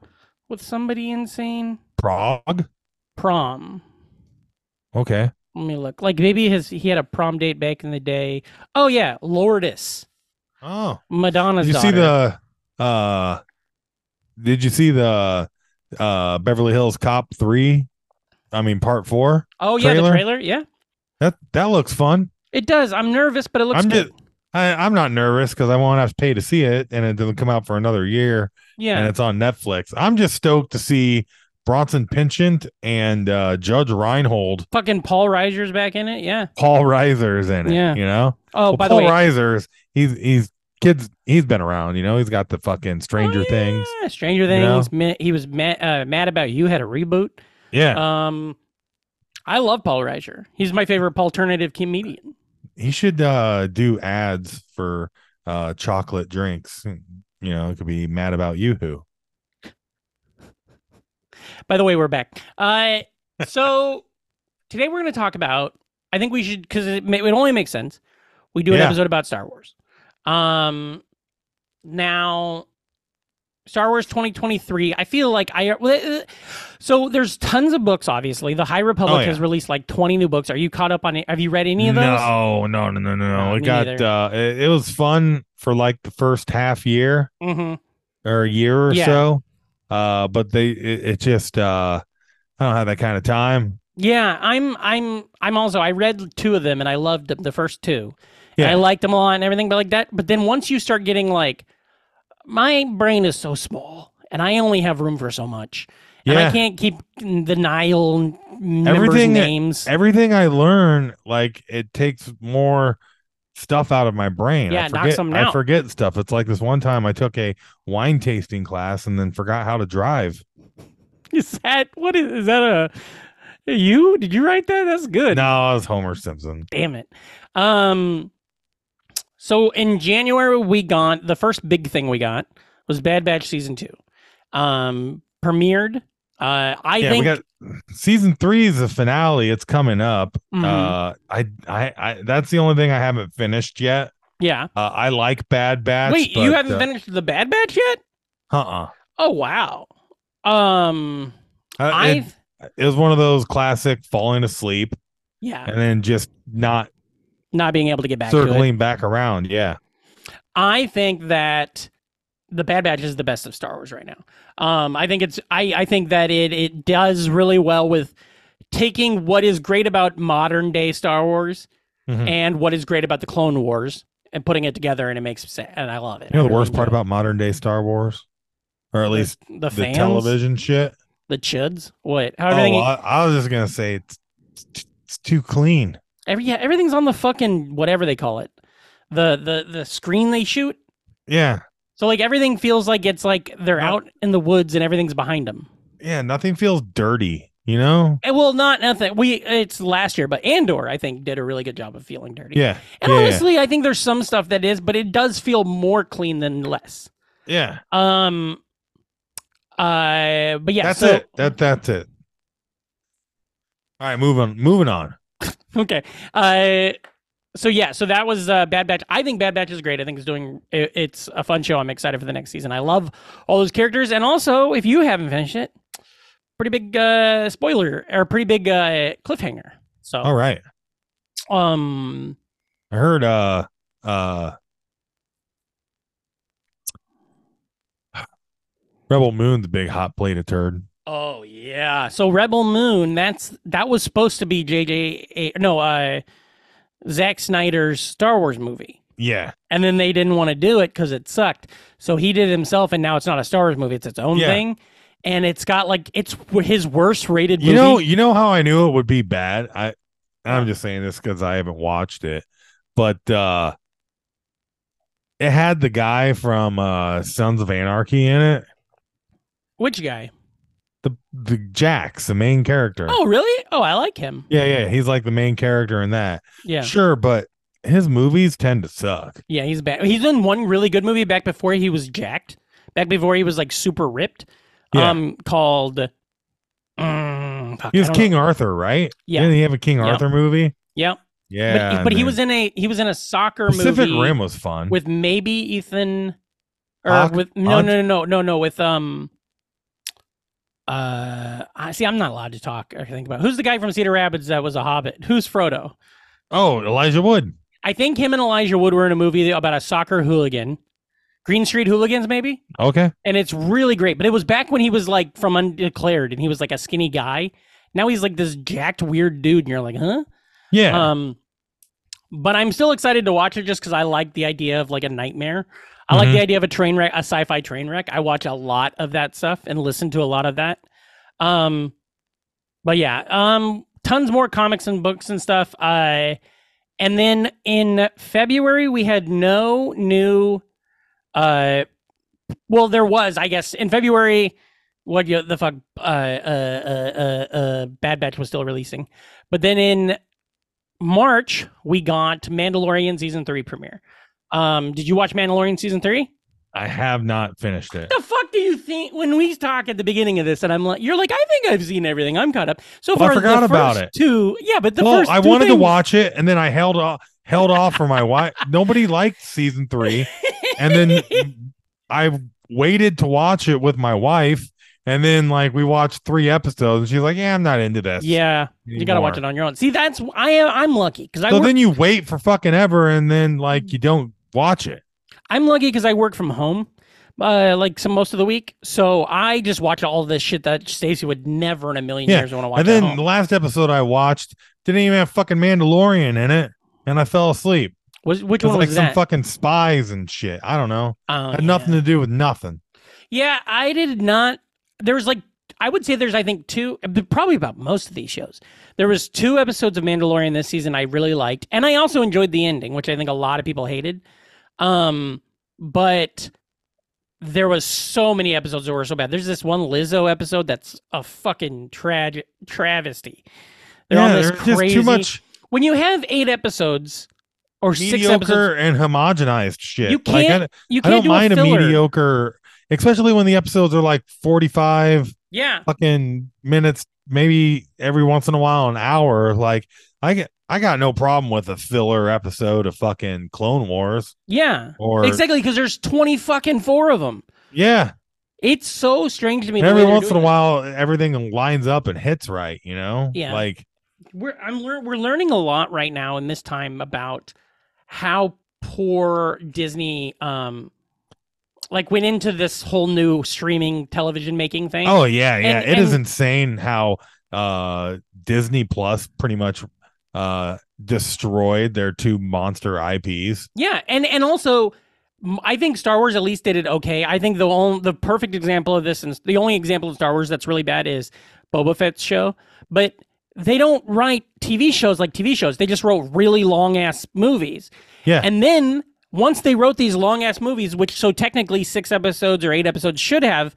with somebody insane.
Prague
Prom.
okay
Let me look. Like maybe his he had a prom date back in the day. Oh yeah, Lourdes,
oh
Madonna's
did you see
daughter.
the uh did you see the uh beverly hills cop three i mean part four
oh yeah, the
trailer?
trailer. Yeah,
that that looks fun
it does. I'm nervous, but it looks
I'm
good.
just- I, i'm not nervous because i won't have to pay to see it and it doesn't come out for another year and
yeah,
it's on netflix i'm just stoked to see bronson pinchant and uh judge reinhold
fucking Paul Reiser's back in it. Yeah.
paul reiser's in it
Yeah.
you know
Oh,
Well,
by the
paul
way,
reiser's he's he's kids he's been around you know he's got the fucking stranger
Oh,
things
yeah, Stranger
know?
Things. Ma- He was mad, uh, mad about you had a reboot.
yeah
Um, I love Paul Reiser. He's my favorite alternative comedian.
He should uh do ads for uh chocolate drinks. Hmm, You know, it could be mad about Yoo-hoo.
By the way, we're back. Uh, so today we're going to talk about. I think we should because it, ma- it only makes sense. We do an
Yeah.
episode about Star Wars. Um, now, Star Wars 2023. I feel like I. well, uh, So there's tons of books. Obviously, the High Republic
Oh, yeah.
has released like 20 new books. Are you caught up on it? Have you read any of those?
No, no, no, no, no,
No,
no. It
me
got
neither.
uh it, it was fun for like the first half year
Mm-hmm.
or a year or
Yeah.
so. Uh but they it, it just uh I don't have that kind of time.
Yeah, I'm I'm I'm also I read two of them and I loved them, the first two. And I
Yeah.
liked them a lot and everything, but like that but then once you start getting like my brain is so small and I only have room for so much. and I
Yeah.
can't keep the Nile members'
Everything that-
names.
Everything I learn, like it takes more stuff out of my brain.
Yeah,
I
it knocks
forget,
something
I
out.
forget stuff. It's like this one time I took a wine tasting class and then forgot how to drive.
Is that what is, is that a you? Did you write that? That's good.
No, it was Homer Simpson.
Damn it. Um so in January we got the first big thing we got was Bad Batch season 2. Um premiered uh I
yeah,
think
we got season three is the finale. It's coming up.
Mhm.
Uh, I, I, I, that's the only thing I haven't finished yet.
yeah.
Uh, I like Bad Batch.
Wait, you
but,
haven't
uh,
finished the Bad Batch yet?
Uh-uh.
Oh wow. Um
Uh,
I
it- it was one of those classic falling asleep
yeah,
and then just not
not being able to get back to it.
circling back around. Yeah.
I think that the Bad Batch is the best of Star Wars right now. Um, I think it's I, I think that it it does really well with taking what is great about modern day Star Wars
Mhm.
and what is great about the Clone Wars and putting it together and it makes sense and I love it.
You know
I
the
really
worst part
enjoy it.
about modern day Star Wars, or at least
the,
the
fans,
television shit.
the chuds. What? How
Oh,
everything?
I, I was just gonna say it's, it's- it's too clean.
every yeah, everything's on the fucking whatever they call it, the the the screen they shoot.
Yeah,
So like everything feels like it's like they're
Not-
out in the woods and everything's behind them.
yeah. Nothing feels dirty. You know.
Eh, Well, not nothing. We it's last year, but Andor I think did a really good job of feeling dirty.
Yeah.
and
yeah,
honestly, I think there's some stuff that is, but it does feel more clean than less.
yeah.
Um, uh, but yeah,
that's
so,
it. That that's it. All right, moving moving on.
okay. Uh, so yeah, so that was uh, Bad Batch. I think Bad Batch is great. I think it's doing it, it's a fun show. I'm excited for the next season. I love all those characters, and also if you haven't finished it, pretty big uh, spoiler or pretty big uh, cliffhanger. So
All right,
um,
I heard uh uh Rebel Moon's a big hot plate of turd.
Oh yeah. So Rebel Moon, that's that was supposed to be JJ A- no, uh Zack Snyder's Star Wars movie.
Yeah,
And then they didn't want to do it cuz it sucked. So he did it himself and now it's not a Star Wars movie, it's its own
Yeah.
thing. And it's got like it's w- his worst rated
You
movie.
know, you know how I knew it would be bad. I, I'm just saying this because I haven't watched it, but uh it had the guy from uh Sons of Anarchy in it.
Which guy?
The the Jax, the main character.
Oh, really? Oh, I like him.
Yeah, yeah, he's like the main character in that.
Yeah.
Sure, but his movies tend to suck.
Yeah, he's back. He's done one really good movie back before he was jacked, back before he was like super ripped.
Yeah.
Um called Mm, fuck,
He
I
was
don't know.
King Arthur, right?
Yeah.
Didn't he have a King
Yep.
Arthur movie?
Yep.
Yeah.
but, but he
and
was in a he was in a soccer
Pacific
movie
Rim was fun.
with maybe Ethan or
Hawke?
with no
Hawke?
no no no no no with um uh I see I'm not allowed to talk or think about who's the guy from Cedar Rapids that was a hobbit who's Frodo
oh, Elijah Wood.
I think him and Elijah Wood were in a movie about a soccer hooligan Green Street Hooligans maybe
Okay.
and it's really great but it was back when he was like from undeclared and he was like a skinny guy now he's like this jacked weird dude and you're like huh
Yeah.
Um, but I'm still excited to watch it just because I like the idea of like a nightmare. I like
Mhm.
the idea of a train wreck, a sci-fi train wreck. I watch a lot of that stuff and listen to a lot of that. Um, but yeah, um, tons more comics and books and stuff. Uh, and then in February we had no new. Uh, well, there was, I guess, in February. What you- the fuck? Uh, uh, uh, uh, uh, Bad Batch was still releasing, but then in March we got Mandalorian season three premiere. Um, did you watch Mandalorian season three?
I have not finished it.
The fuck do you think when we talk at the beginning of this and I'm like, you're like, I think I've seen everything. I'm caught up. So
Well, I
far,
forgot
the
about
first
it.
Two, yeah, but the
well,
first
I
two
wanted to
things-
watch it, and then I held off. Held off for my wife. Nobody liked season three, and then I waited to watch it with my wife, and then like we watched three episodes, and she's like, "Yeah, I'm not into this."
yeah, you gotta watch it on your own. See, that's I am I'm lucky because I
So
work,
then you wait for fucking ever, and then like you don't watch it.
I'm lucky because I work from home, uh, like some most of the week. So I just watch all this shit that Stacy would never in a million
Yeah,
years want to watch.
and
at
then
home.
the last episode I watched didn't even have fucking Mandalorian in it, and I fell asleep.
was which
It was
one
like
was
some
that?
fucking spies and shit. I don't know.
Oh,
had
yeah.
nothing to do with nothing.
Yeah, I did not. There was like I would say there's I think two probably about most of these shows. There was two episodes of Mandalorian this season I really liked, and I also enjoyed the ending, which I think a lot of people hated. Um, but there was so many episodes that were so bad. There's this one Lizzo episode that's a fucking trag- travesty. They're on this
they're
crazy.
too much
When you have eight episodes or six episodes,
mediocre and homogenized shit.
You
Like, I
can't-
don't-
you
I
can't
don't
do
mind
a
a,
filler.
mediocre, especially when the episodes are like 45
Yeah,
fucking minutes, maybe every once in a while, an hour. Like, I get, I got no problem with a filler episode of fucking Clone Wars
yeah,
or,
exactly. Because there's twenty fucking four of them.
yeah.
It's so strange to me.
and
the way
every
they're
once in a
doing it.
while, everything lines up and hits right, you know?
Yeah.
Like,
we're I'm lear- we're learning a lot right now in this time about how poor Disney um like went into this whole new streaming television making thing.
oh, yeah, yeah.
And-
it is
and-
insane how uh Disney Plus pretty much uh destroyed their two monster IPs.
Yeah, and and also m- I think Star Wars at least did it okay. I think the only the perfect example of this and the only example of Star Wars that's really bad is Boba Fett's show, but they don't write TV shows like TV shows. They just wrote really long ass movies.
Yeah.
And then once they wrote these long ass movies, which so technically six episodes or eight episodes should have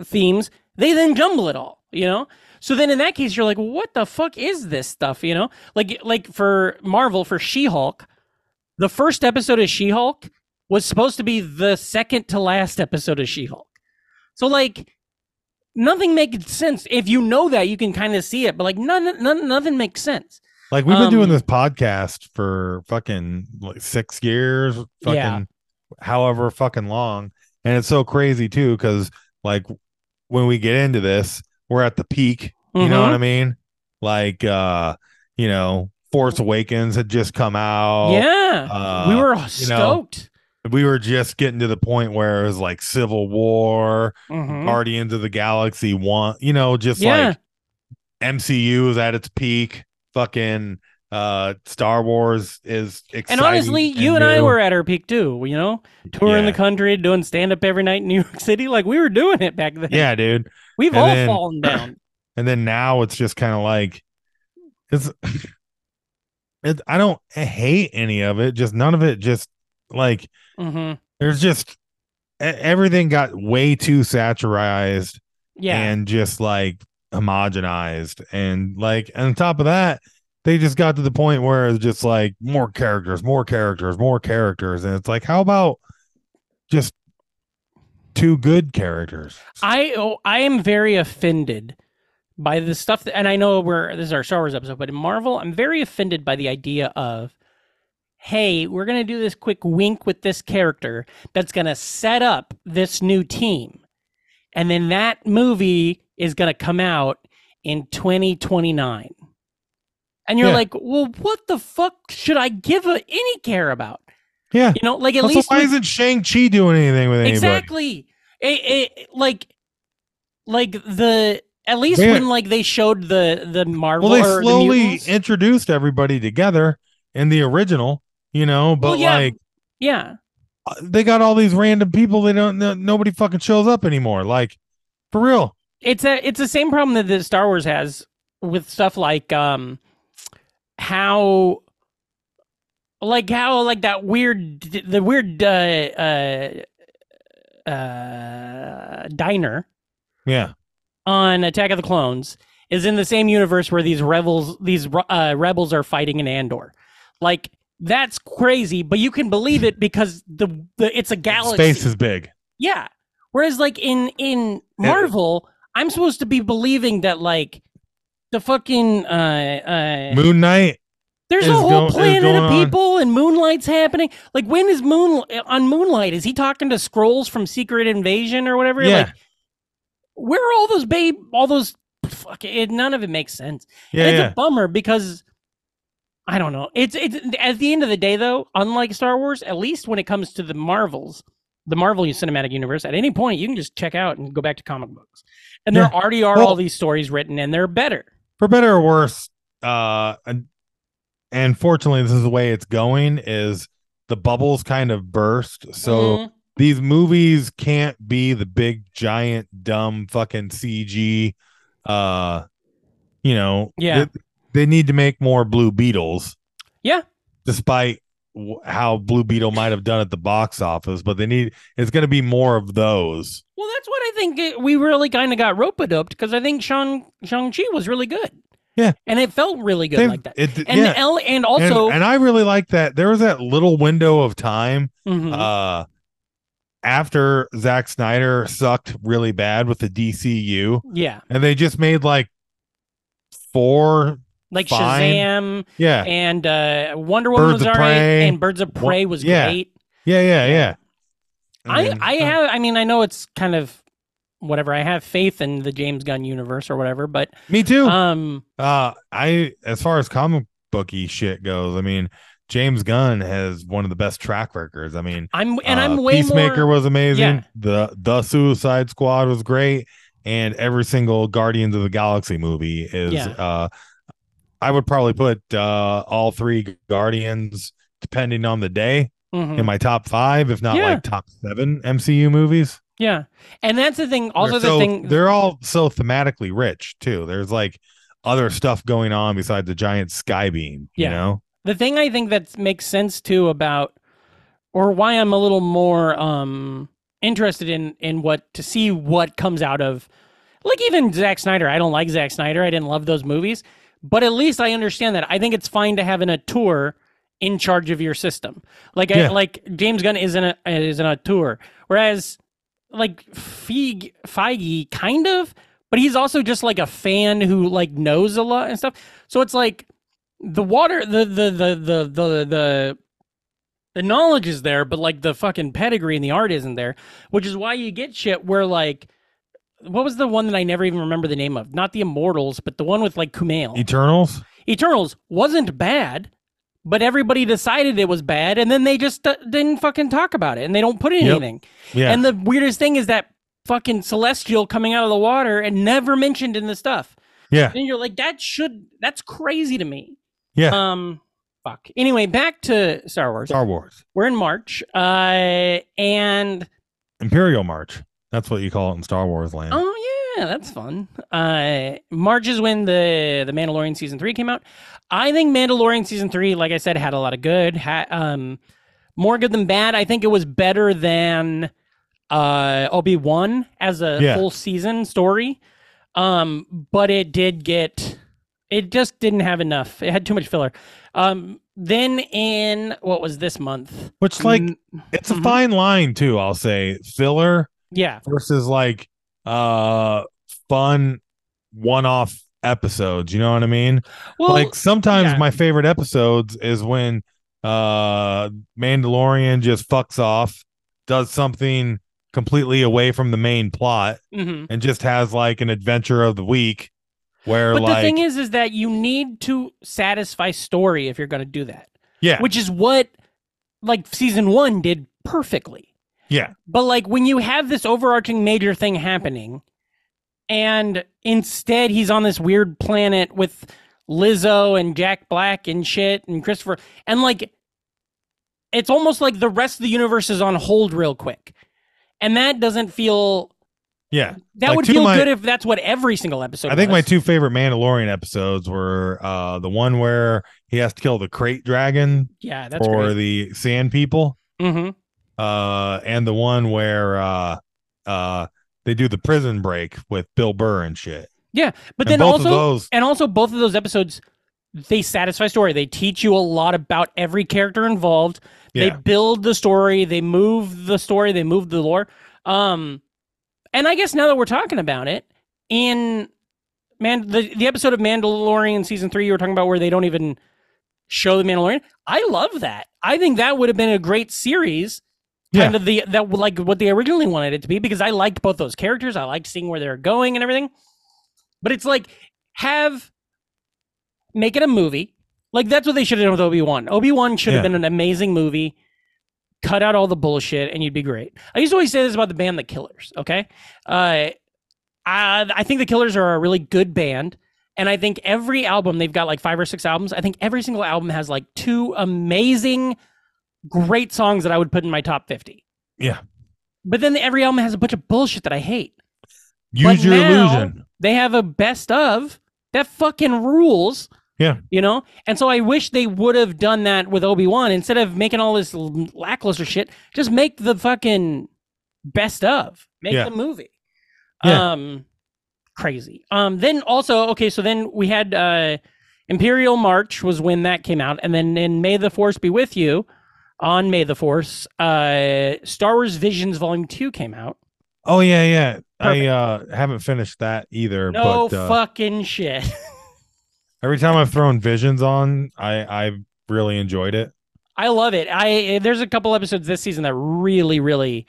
themes, they then jumble it all, you know? So then in that case you're like, what the fuck is this stuff, you know? Like like for Marvel for She-Hulk, the first episode of She-Hulk was supposed to be the second to last episode of She-Hulk. So like nothing makes sense. If you know that, you can kind of see it, but like none, none nothing makes sense.
Like we've been doing
Um,
this podcast for fucking like six years, fucking
Yeah.
however fucking long. And it's so crazy too, because like when we get into this, we're at the peak. You know
Mm-hmm.
what I mean? Like uh, you know, Force Awakens had just come out.
Yeah. we
Uh,
were
you know,
stoked.
We were just getting to the point where it was like Civil War,
Mhm.
Guardians of the Galaxy one, you know, just
Yeah.
like MCU is at its peak. Fucking uh Star Wars is exciting.
And honestly, you and I
new.
were at our peak too, you know, touring
Yeah.
the country, doing stand up every night in New York City. Like we were doing it back then.
Yeah, dude.
We've
and
all
then-
fallen down.
And then now it's just kind of like it's it, I don't hate any of it. Just none of it just like
hmm
there's just e- everything got way too satirized
Yeah.
and just like homogenized and like and on top of that they just got to the point where it's just like more characters more characters more characters and it's like how about just two good characters
I oh, I am very offended by the stuff that, and I know we're this is our Star Wars episode, but in Marvel, I'm very offended by the idea of, hey, we're gonna do this quick wink with this character that's gonna set up this new team, and then that movie is gonna come out in 2029, and you're
Yeah.
like, well, what the fuck should I give a, any care about?
yeah
You know, like at
Also,
least
why
with-
isn't shang-chi doing anything with anybody
Exactly. It, it, like, like the at least
They're-
when like they showed the the Marvel.
well they
or the
slowly
mutants.
introduced everybody together in the original you know but
Well, yeah.
like
yeah,
uh, they got all these random people they don't know nobody fucking shows up anymore like for real
it's a it's the same problem that the Star Wars has with stuff like um how like how like that weird d- the weird uh uh uh diner
yeah
on Attack of the Clones is in the same universe where these rebels these uh, rebels are fighting in Andor. Like that's crazy, but you can believe it because the, the it's a galaxy.
space is big
yeah. Whereas like in in
Yeah.
Marvel, I'm supposed to be believing that like the fucking uh uh
Moon Knight.
there's a
is go-
whole
is
planet
going
of
on.
people and moonlight's happening. Like when is moon on moonlight? Is he talking to scrolls from Secret Invasion or whatever?
Yeah,
Like where are all those babe all those fuck it, none of it makes sense
yeah,
and it's
yeah.
a bummer because i don't know it's it's at the end of the day though unlike star wars at least when it comes to the marvels the marvel cinematic universe at any point you can just check out and go back to comic books and there
Yeah.
already are all
Well-
these stories written and they're better
For better or worse, uh, and, and fortunately, this is the way it's going. Is the bubbles kind of burst? So
Mhm.
these movies can't be the big giant dumb fucking CG uh you know
Yeah.
th- they, need to make more blue beetles
Yeah.
despite w- how blue beetle might have done at the box office but they need it's going to be more of those
Well, that's what I think it- we really kind of got rope doped because I think Shang Shang Chi was really good.
Yeah.
and it felt really good
They-
like that.
it-
And
yeah.
L and
And-
also
and, i really like that there was that little window of time
Mhm.
uh after Zack Snyder sucked really bad with the DCU
yeah,
and they just made like four
like
fine.
Shazam
yeah
and uh, Wonder Woman was
Birds of
alright,
Prey.
and Birds of Prey was
yeah.
great.
yeah yeah yeah
I
mean, uh,
I have I mean I know it's kind of whatever. I have faith in the James Gunn universe or whatever, but
me too
um,
uh I as far as comic booky shit goes I mean James Gunn has one of the best track records I mean
I'm and
uh,
I'm way
Peacemaker
more.
was amazing
Yeah.
the the Suicide Squad was great and every single Guardians of the Galaxy movie is
Yeah.
uh I would probably put uh all three Guardians depending on the day
Mhm.
in my top five, if not
Yeah.
like top seven MCU movies.
Yeah, and that's the thing. Also,
They're
the
so-
thing
they're all so thematically rich too. There's like other stuff going on besides the giant sky beam.
Yeah.
You know?
the thing I think that makes sense too about or why I'm a little more um interested in in what to see what comes out of like even Zack Snyder. I don't like Zack Snyder. I didn't love those movies, but at least I understand that. I think it's fine to have an tour in charge of your system. Like I,
Yeah.
like James Gunn isn't a isn't a tour. Whereas like Feig, Feige kind of, but he's also just like a fan who like knows a lot and stuff. So it's like the water the the the the the the the knowledge is there, but like the fucking pedigree and the art isn't there, which is why you get shit where like what was the one that I never even remember the name of? Not the Immortals, but the one with like Kumail.
Eternals.
Eternals wasn't bad, but everybody decided it was bad, and then they just uh, didn't fucking talk about it, and they don't put in
Yep.
anything.
Yeah.
And the weirdest thing is that fucking celestial coming out of the water and never mentioned in the stuff.
yeah.
And you're like, that should that's crazy to me.
Yeah.
Um, fuck. Anyway, back to Star Wars.
Star Wars.
We're in March, uh, and
Imperial March. That's what you call it in Star Wars land.
Oh yeah, that's fun. Uh, March is when the the Mandalorian season three came out. I think Mandalorian season three, like I said, had a lot of good, ha- um, more good than bad. I think it was better than uh, Obi Wan as a
Yeah.
full season story, um, but it did get it just didn't have enough. It had too much filler. Um, then in what was this month?
Which like it's a
mhm.
fine line too, I'll say. Filler
yeah,
versus like uh fun one off episodes. You know what I mean?
well,
like sometimes
yeah.
my favorite episodes is when uh Mandalorian just fucks off, does something completely away from the main plot,
mhm.
and just has like an adventure of the week where
But
like
the thing is, is that you need to satisfy story if you're going to do that,
yeah,
which is what like season one did perfectly.
yeah,
But like when you have this overarching major thing happening, and instead he's on this weird planet with Lizzo and Jack Black and shit and Christopher, and like it's almost like the rest of the universe is on hold real quick, and that doesn't feel
yeah.
that
Like,
would
two of
feel
my-
good if that's what every single episode.
I think my
was.
two favorite Mandalorian episodes were uh the one where he has to kill the crate dragon
yeah, that's
for
great.
the sand people.
Mm-hmm.
Uh and the one where uh uh they do the prison break with Bill Burr and shit.
But
And
then
both of
also,
those
and also both of those episodes, they satisfy story. They teach you a lot about every character involved. They
Yeah.
build the story. They move the story. They move the lore. Um, and I guess now that we're talking about it, in man the the episode of Mandalorian season three you were talking about where they don't even show the Mandalorian, I love that. I think that would have been a great series. Kind
Yeah.
of the that like what they originally wanted it to be because I liked both those characters. I liked seeing where they're going and everything. But it's like have make it a movie. Like that's what they should have done with Obi Wan. Obi Wan should have
Yeah.
been an amazing movie. Cut out all the bullshit and you'd be great. I used to always say this about the band The Killers. Okay, uh, I, I think The Killers are a really good band, and I think every album they've got like five or six albums. I think every single album has like two amazing, great songs that I would put in my top fifty.
Yeah.
But then every album has a bunch of bullshit that I hate.
Use
But
your
now-
illusion.
They have a best of that fucking rules.
Yeah.
You know? And so I wish they would have done that with Obi-Wan instead of making all this l- lackluster shit, just make the fucking best of. Make
Yeah.
the movie.
Yeah.
Um crazy. Um then also okay, so then we had uh Imperial March was when that came out and then in May the Force be with you on May the Force, uh Star Wars Visions Volume 2 came out.
Oh yeah, yeah. I
Perfect.
uh haven't finished that either.
No
but uh,
fucking shit.
every time I've thrown visions on, I I really enjoyed it.
I love it. I eh, there's a couple episodes this season that really, really,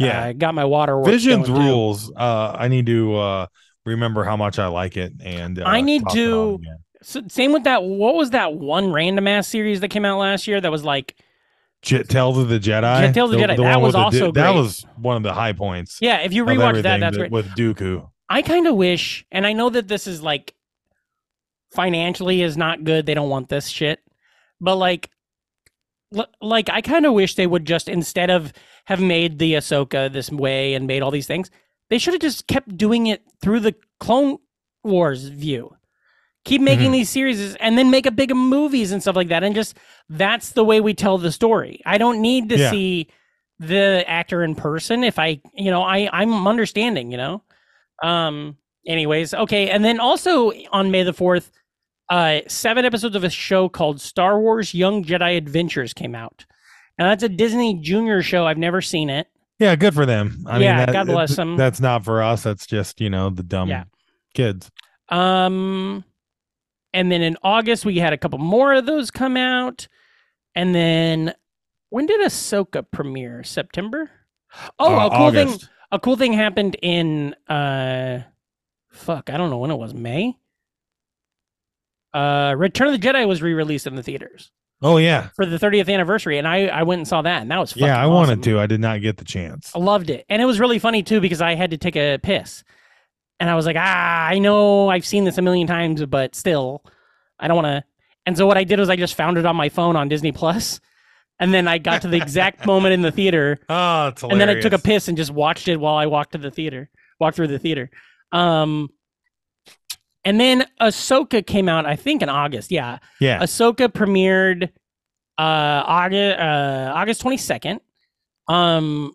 Yeah.
uh, got my water. works
Visions
going, too.
rules. Uh I need to uh remember how much I like it and uh,
I need
toss it
to-
on again.
So, same with that. What was that one random ass series that came out last year that was like,
Je- Tales of the Jedi.
Yeah, Tales of the Jedi. That
one
was
with the
also
du- that
great.
was one of the high points.
yeah, if you
of
rewatch that,
everything
that's great.
with Dooku.
I kind of wish, and I know that this is like financially is not good. They don't want this shit, but like, l- like I kind of wish they would just instead of have made the Ahsoka this way and made all these things, they should have just kept doing it through the Clone Wars view. Keep making
Mhm.
these series and then make a big movies and stuff like that, and just that's the way we tell the story. I don't need to
Yeah.
see the actor in person if I, you know, I I'm understanding, you know. Um. Anyways, okay, and then also on May the fourth, uh, seven episodes of a show called Star Wars Young Jedi Adventures came out. Now that's a Disney Junior show. I've never seen it.
Yeah, good for them. I
Yeah,
mean, that,
God bless
th-
them.
That's not for us. That's just you know the dumb
Yeah.
kids.
Um, and then in August we had a couple more of those come out, and then when did Ahsoka premiere? September. Oh,
Uh,
a cool thing.
August.
a cool thing happened in uh fuck i don't know when it was may uh return of the jedi was re-released in the theaters
Oh yeah,
for the 30th anniversary and i i went and saw that and that was
yeah.
fucking
I
awesome. Oh,
wanted to. I did not get the chance.
i loved it and it was really funny too because i had to take a piss and i was like ah i know i've seen this a million times but still i don't want to and so what i did was i just found it on my phone on disney plus and then i got to the exact moment in the theater
Oh, it's
and
hilarious.
then I took a piss and just watched it while I walked to the theater, walked through the theater. Um, and then Ahsoka came out, I think, in August. Yeah,
Yeah,
Ahsoka premiered uh, August uh, August twenty second. Um,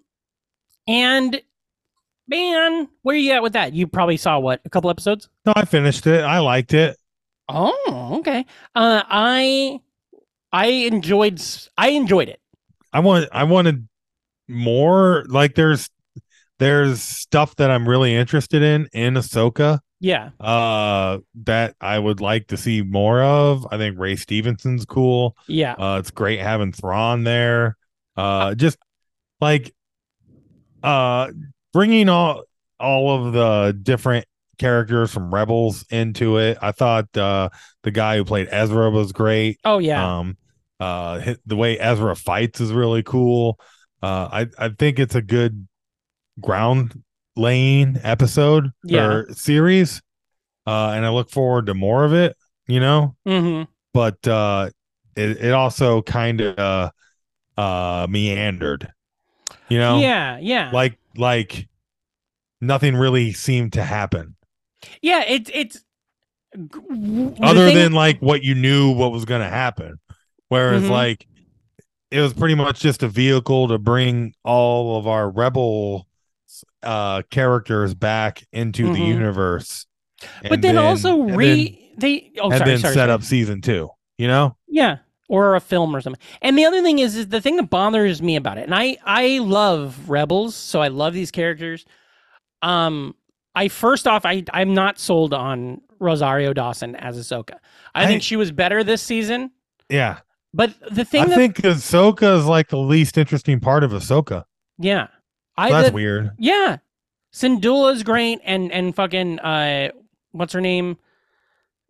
and man, where you at with that? You probably saw what a couple episodes.
no, I finished it. I liked it.
Oh, okay. Uh, I I enjoyed s- I enjoyed it.
I want. I wanted more. Like there's there's stuff that I'm really interested in in Ahsoka.
Yeah.
Uh, that I would like to see more of. I think Ray Stevenson's cool.
Yeah.
Uh, it's great having Thrawn there. Uh, just like uh, bringing all all of the different characters from Rebels into it. I thought uh, the guy who played Ezra was great.
Oh yeah.
Um, uh, hi- the way Ezra fights is really cool. Uh, I I think it's a good ground lane episode
Yeah.
or series. Uh, and I look forward to more of it. You know,
hmm
but uh it, it also kind of uh, uh meandered you know
Yeah. Yeah.
like like nothing really seemed to happen
Yeah, it's it's g- w- the
other
thing-
than like what you knew what was going to happen whereas
Mhm.
like it was pretty much just a vehicle to bring all of our rebel uh characters back into the
Mhm.
universe
but
and
then, also
and
re
then-
they oh
and
sorry
then
sorry,
set
sorry.
up season two you know
yeah or a film or something. And the other thing is is the thing that bothers me about it, and I I love Rebels, so I love these characters. Um, I first off I I'm not sold on Rosario Dawson as Ahsoka. I,
I-
think she was better this season,
yeah
but the thing
I
that
think Ahsoka is like the least interesting part of Ahsoka.
yeah, I
That's
the-
weird.
Yeah. Syndulla's great and and fucking uh what's her name?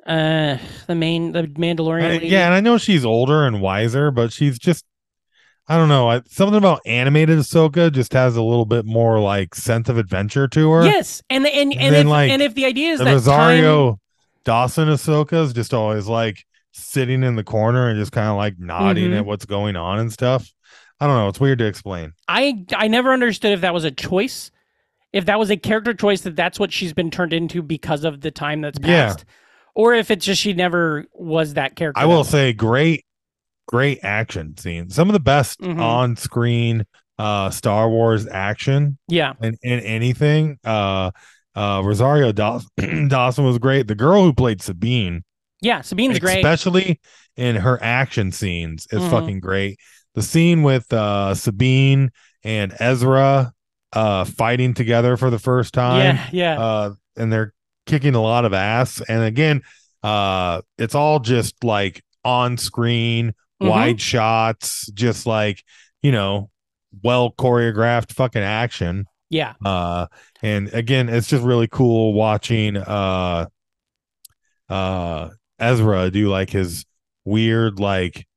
Uh the main the Mandalorian.
I-
lady.
Uh, yeah, and I know she's older and wiser, but she's just I don't know. I, something about animated Ahsoka just has a little bit more like sense of adventure to her.
Yes. And and and,
And then,
if,
like,
and if the idea is
the
that time,
Rosario Dawson Ahsoka is just always like sitting in the corner and just kind of like nodding
Mhm.
at what's going on and stuff. I don't know. It's weird to explain.
I I never understood if that was a choice, if that was a character choice that that's what she's been turned into because of the time that's
Yeah.
passed, or if it's just she never was that character.
I will say, great, great action scenes. Some of the best
Mhm.
on screen uh, Star Wars action
Yeah,
in, in anything. Uh, uh, Rosario Daw- Dawson was great. The girl who played Sabine,
yeah. Sabine's great.
especially in her action scenes, is
Mhm.
fucking great. The scene with uh, Sabine and Ezra uh, fighting together for the first time.
Yeah, yeah.
uh, and they're kicking a lot of ass. And again, uh, it's all just like on screen,
Mhm.
wide shots, just like you know, well choreographed fucking action.
yeah,
Uh, and again, it's just really cool watching uh, uh, Ezra do like his weird like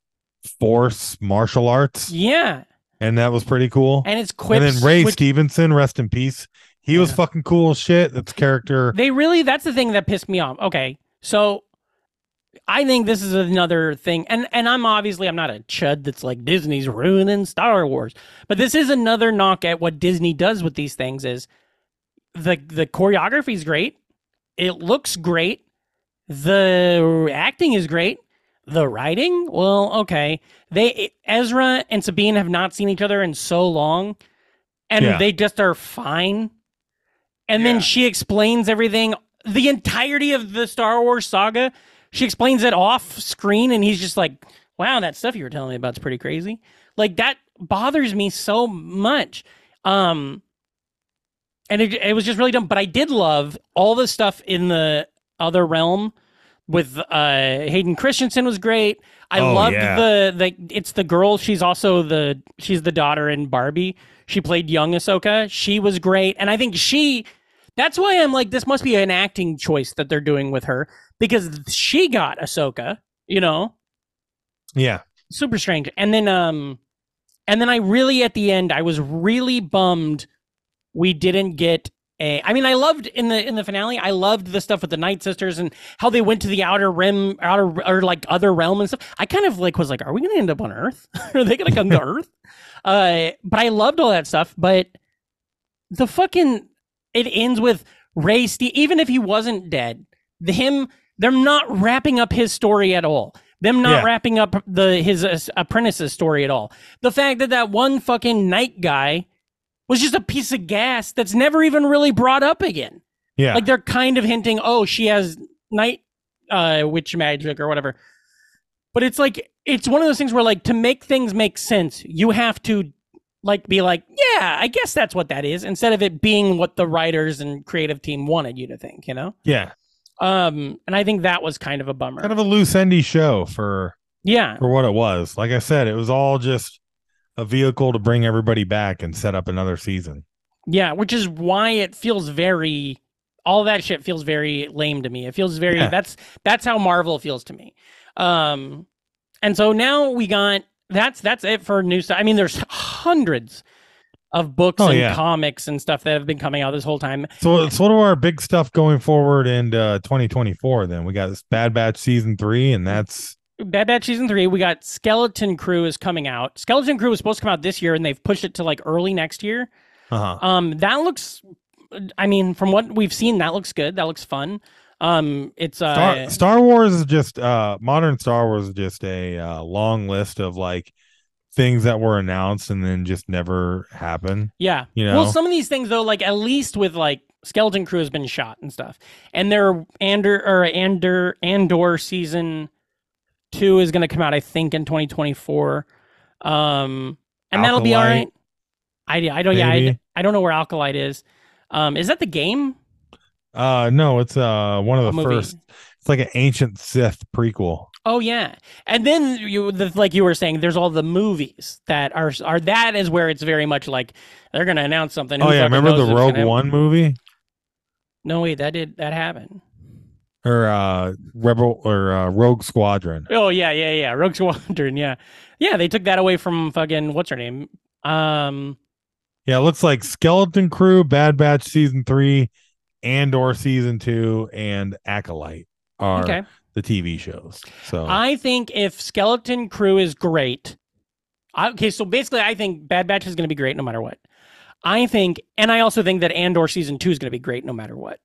force martial arts,
yeah.
and that was pretty cool. And,
And it's quips.
then Ray
which-
Stevenson, rest in peace. He was
Yeah.
fucking cool as shit. That's character.
They really, that's the thing that pissed me off. Okay. So I think this is another thing. And and I'm obviously I'm not a chud that's like Disney's ruining Star Wars. But this is another knock at what Disney does with these things is the the choreography's great. It looks great. The acting is great. The writing? Well, okay. They Ezra and Sabine have not seen each other in so long and
Yeah.
they just are fine. And
Yeah.
then she explains everything the entirety of the Star Wars saga. She explains it off screen and he's just like, "Wow, that stuff you were telling me about's pretty crazy." Like that bothers me so much. Um and it, it was just really dumb, but I did love all the stuff in the other realm with uh Hayden Christensen was great. I
Oh,
loved
yeah.
the the it's the girl. She's also the she's the daughter in Barbie. She played young Ahsoka. She was great, and I think she. That's why I'm like this must be an acting choice that they're doing with her because she got Ahsoka. You know,
Yeah.
super strange. And then um, and then I really at the end I was really bummed we didn't get. A, I mean, I loved in the in the finale. I loved the stuff with the Night Sisters and how they went to the outer rim, outer or like other realm and stuff. I kind of like was like, are we going to end up on Earth? are they going to come to Earth? Uh, but I loved all that stuff. But the fucking it ends with Ray Ste Even if he wasn't dead, the, him they're not wrapping up his story at all. Them not
Yeah.
wrapping up the his uh, apprentice's story at all. The fact that that one fucking night guy was just a piece of gas that's never even really brought up again.
Yeah.
Like they're kind of hinting, oh, she has night uh witch magic or whatever. But it's like it's one of those things where like to make things make sense, you have to like be like, yeah, I guess that's what that is, instead of it being what the writers and creative team wanted you to think, you know?
yeah.
Um and I think that was kind of a bummer.
Kind of a loose endy show for
yeah.
for what it was. Like I said, it was all just a vehicle to bring everybody back and set up another season.
Yeah, which is why it feels very all that shit feels very lame to me. It feels very
Yeah.
that's that's how Marvel feels to me. Um and so now we got that's that's it for new stuff. I mean there's hundreds of books
Oh,
and
yeah.
comics and stuff that have been coming out this whole time.
So it's one of our big stuff going forward in uh, 2024. Then we got this Bad Batch season three, and that's
Bad Batch season 3, we got Skeleton Crew is coming out. Skeleton Crew was supposed to come out this year and they've pushed it to like early next year.
uh-huh.
Um, that looks, I mean, from what we've seen, that looks good. That looks fun. Um, it's uh,
Star, Star Wars is just uh, modern Star Wars is just a uh, long list of like things that were announced and then just never happen.
yeah.
You know,
Well, some of these things though, like at least with like Skeleton Crew has been shot and stuff, and their Ander or Ander Andor season two is going to come out, I think, in 2024. Um, and that'll be all right.
Alkalite,
I I don't yeah I,
maybe?
I don't know where Alkalite is. Um, is that the game?
uh, no, it's uh one of
A
the
movie?
first. It's like an ancient Sith prequel.
Oh yeah, and then you the, like you were saying, there's all the movies that are are that is where it's very much like they're gonna announce something.
Oh
Who
yeah,
fucking
remember
knows
the
if it's
Rogue
gonna-
One movie
No wait, that did that happened.
or uh Rebel or uh, Rogue Squadron?
Oh yeah, yeah, yeah. Rogue Squadron, yeah, yeah. They took that away from fucking what's her name? Um,
Yeah, it looks like Skeleton Crew, Bad Batch season three, and or season two, and Acolyte are
okay.
the TV shows. So
I think if Skeleton Crew is great, I- okay, so basically, I think Bad Batch is going to be great no matter what. I think, and I also think that Andor season two is going to be great no matter what.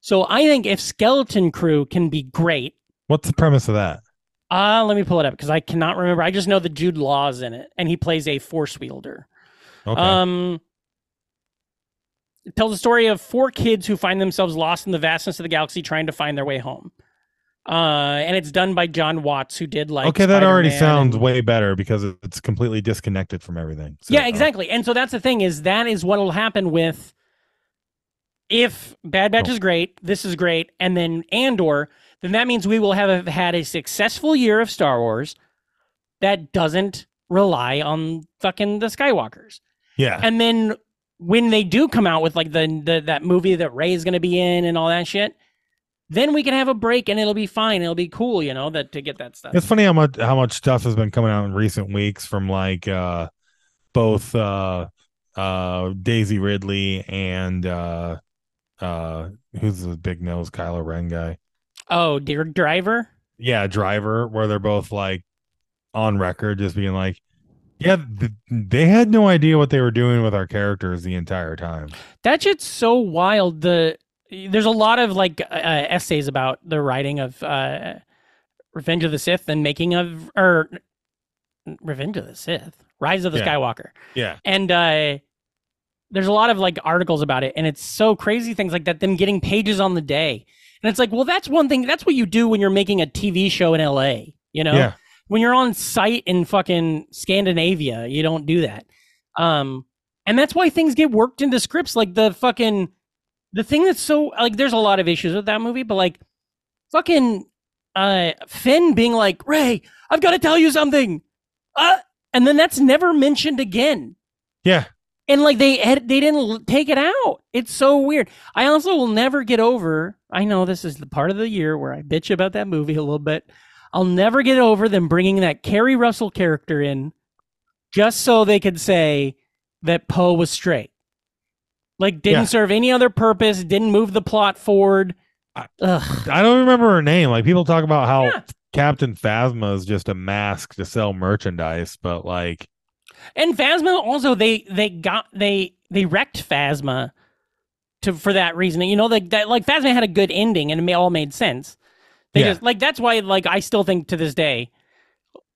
So I think if Skeleton Crew can be great,
What's the premise of that?
uh, let me pull it up because I cannot remember. I just know that Jude Law is in it, and he plays a force wielder.
Okay.
Um, it tells the story of four kids who find themselves lost in the vastness of the galaxy, trying to find their way home. Uh, and it's done by John Watts, who did like
okay, that already
Spider-Man and-
sounds way better because it- it's completely disconnected from everything. So, uh,
yeah, exactly. And so that's the thing is that is what will happen with if Bad Batch
Cool.
is great, this is great, and then Andor, then that means we will have had a successful year of Star Wars that doesn't rely on fucking the Skywalkers.
Yeah.
And then when they do come out with like the, the that movie that Ray is going to be in and all that shit, then we can have a break and it'll be fine. It'll be cool, you know, that to get that stuff.
It's funny how much how much stuff has been coming out in recent weeks from like uh both uh uh Daisy Ridley and uh uh who's the big nose Kylo Ren guy.
oh, dear driver.
Yeah, Driver, where they're both like on record just being like yeah, th- they had no idea what they were doing with our characters the entire time.
That shit's so wild. The there's a lot of like uh, essays about the writing of uh, Revenge of the Sith and making of or Revenge of the Sith, Rise of the
Yeah.
Skywalker,
Yeah.
and uh, there's a lot of like articles about it, and it's so crazy things like that. Them getting pages on the day, and it's like, well, that's one thing. That's what you do when you're making a TV show in L.A. You know,
Yeah.
when you're on site in fucking Scandinavia, you don't do that. Um, and that's why things get worked into scripts. Like the fucking the thing that's so like there's a lot of issues with that movie, but like fucking uh Finn being like, Ray, I've got to tell you something. Uh and then that's never mentioned again.
Yeah.
And like they ed- they didn't l- take it out. It's so weird. I also will never get over. I know this is the part of the year where I bitch about that movie a little bit. I'll never get over them bringing that Carrie Russell character in just so they could say that Poe was straight. Like didn't
Yeah.
serve any other purpose, didn't move the plot forward.
I-
Ugh.
I don't remember her name. Like people talk about how
Yeah.
Captain Phasma is just a mask to sell merchandise, but like
And Phasma also they they got they they wrecked Phasma to for that reason. You know, like that like Phasma had a good ending and it ma- all made sense. They
Yeah.
just like that's why like I still think to this day,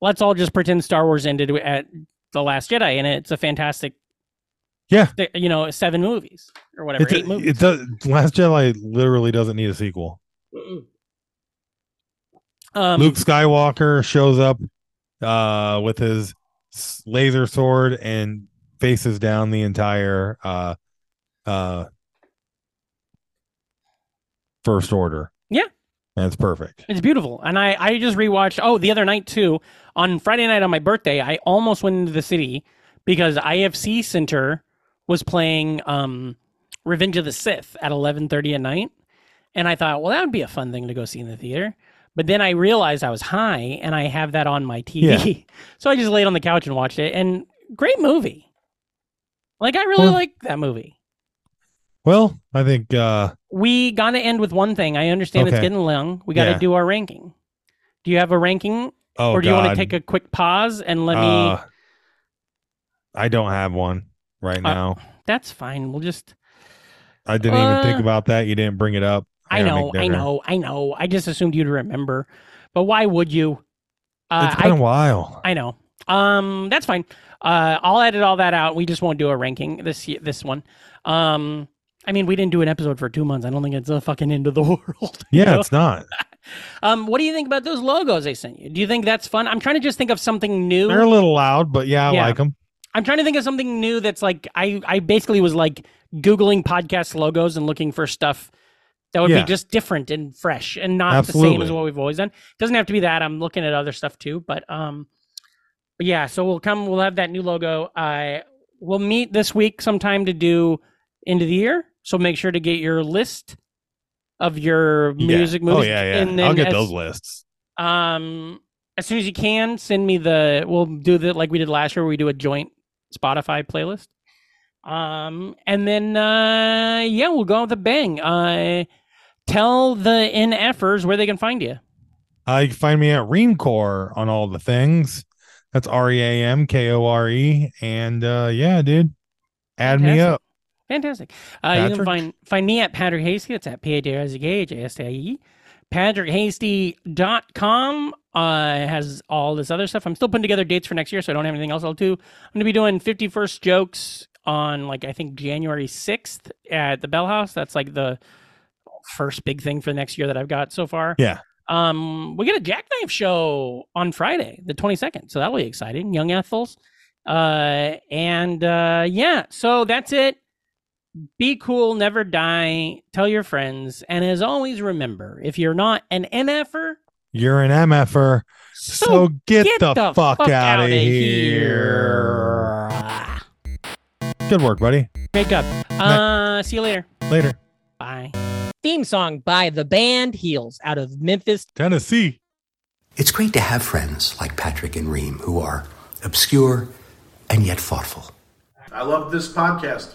let's all just pretend Star Wars ended w- at the Last Jedi and it's a fantastic
Yeah.
th- you know, seven movies or whatever,
It
eight
do-
movies.
It does. Last Jedi literally doesn't need a sequel.
um,
Luke Skywalker shows up uh, with his s- laser sword and faces down the entire uh, uh, First Order.
Yeah.
that's perfect.
It's beautiful. And I, I just rewatched, oh, the other night too, on Friday night on my birthday, I almost went into the city because IFC Center was playing um, Revenge of the Sith at 11.30 at night. And I thought, well, that would be a fun thing to go see in the theater. But then I realized I was high and I have that on my TV. so I just laid on the couch and watched it. And great movie. Like, I really
Well-
like that movie.
Well, I think uh,
We gotta end with one thing. I understand it's
Okay.
getting long. We gotta
Yeah.
do our ranking. Do you have a ranking,
oh,
or do you
God.
want to take a quick pause and let me?
Uh, I don't have one
Uh,
right now.
That's fine. We'll just.
I didn't even think
uh,
about that. You didn't bring it up.
I
gotta
know.
make
I
dinner.
know. I know. I just assumed you'd remember, but why would you? Uh,
It's been a
I
while.
I know. Um, that's fine. Uh, I'll edit all that out. We just won't do a ranking this y- this one. Um, I mean, we didn't do an episode for two months. I don't think it's the fucking end of the world. you
yeah,
know?
it's not.
Um, what do you think about those logos I sent you? Do you think that's fun? I'm trying to just think of something new.
They're a little loud, but yeah, I
Yeah.
like them.
I'm trying to think of something new that's like I I basically was like googling podcast logos and looking for stuff that would
Yeah.
be just different and fresh and not the same as
Absolutely.
what we've always done. Doesn't have to be that. I'm looking at other stuff too, but um but yeah, so we'll come we'll have that new logo. I we'll meet this week sometime to do end of the year. So make sure to get your list of your music
yeah.
movies.
Oh yeah, yeah.
And then
I'll get
as-
those lists.
um as soon as you can send me the we'll do the like we did last year where we do a joint spotify playlist um and then uh yeah we'll go out with a bang uh tell the nfers where they can find you
Uh, you can find me at Reamcore on all the things. That's R E A M K O R E. And uh, yeah, dude, add me
Fantastic.
up.
Fantastic. Uh, you can
Patrick?
find find me at Patrick Hasty. It's at P A D R I Z K H A S T I E. PatrickHasty.com uh, has all this other stuff. I'm still putting together dates for next year, so I don't have anything else I'll do. I'm going to be doing 51st Jokes on, like, I think January 6th at the Bell House. That's like the first big thing for next year that I've got so far.
Yeah.
Um, we get a Jackknife show on Friday, the 22nd. So that'll be exciting. Young Ethels. Uh, and uh, yeah, so that's it. Be cool, never die. Tell your friends. And as always, remember if you're not an er, MFer,
You're an MFer. So, get, the, fuck, out of
outta
here.
Ah,
Good work, buddy.
Wake up. Uh, see you later.
Later.
Bye. Theme song by the band Heels out of Memphis,
Tennessee.
It's great to have friends like Patrick and Reem who are obscure and yet thoughtful.
I love this podcast.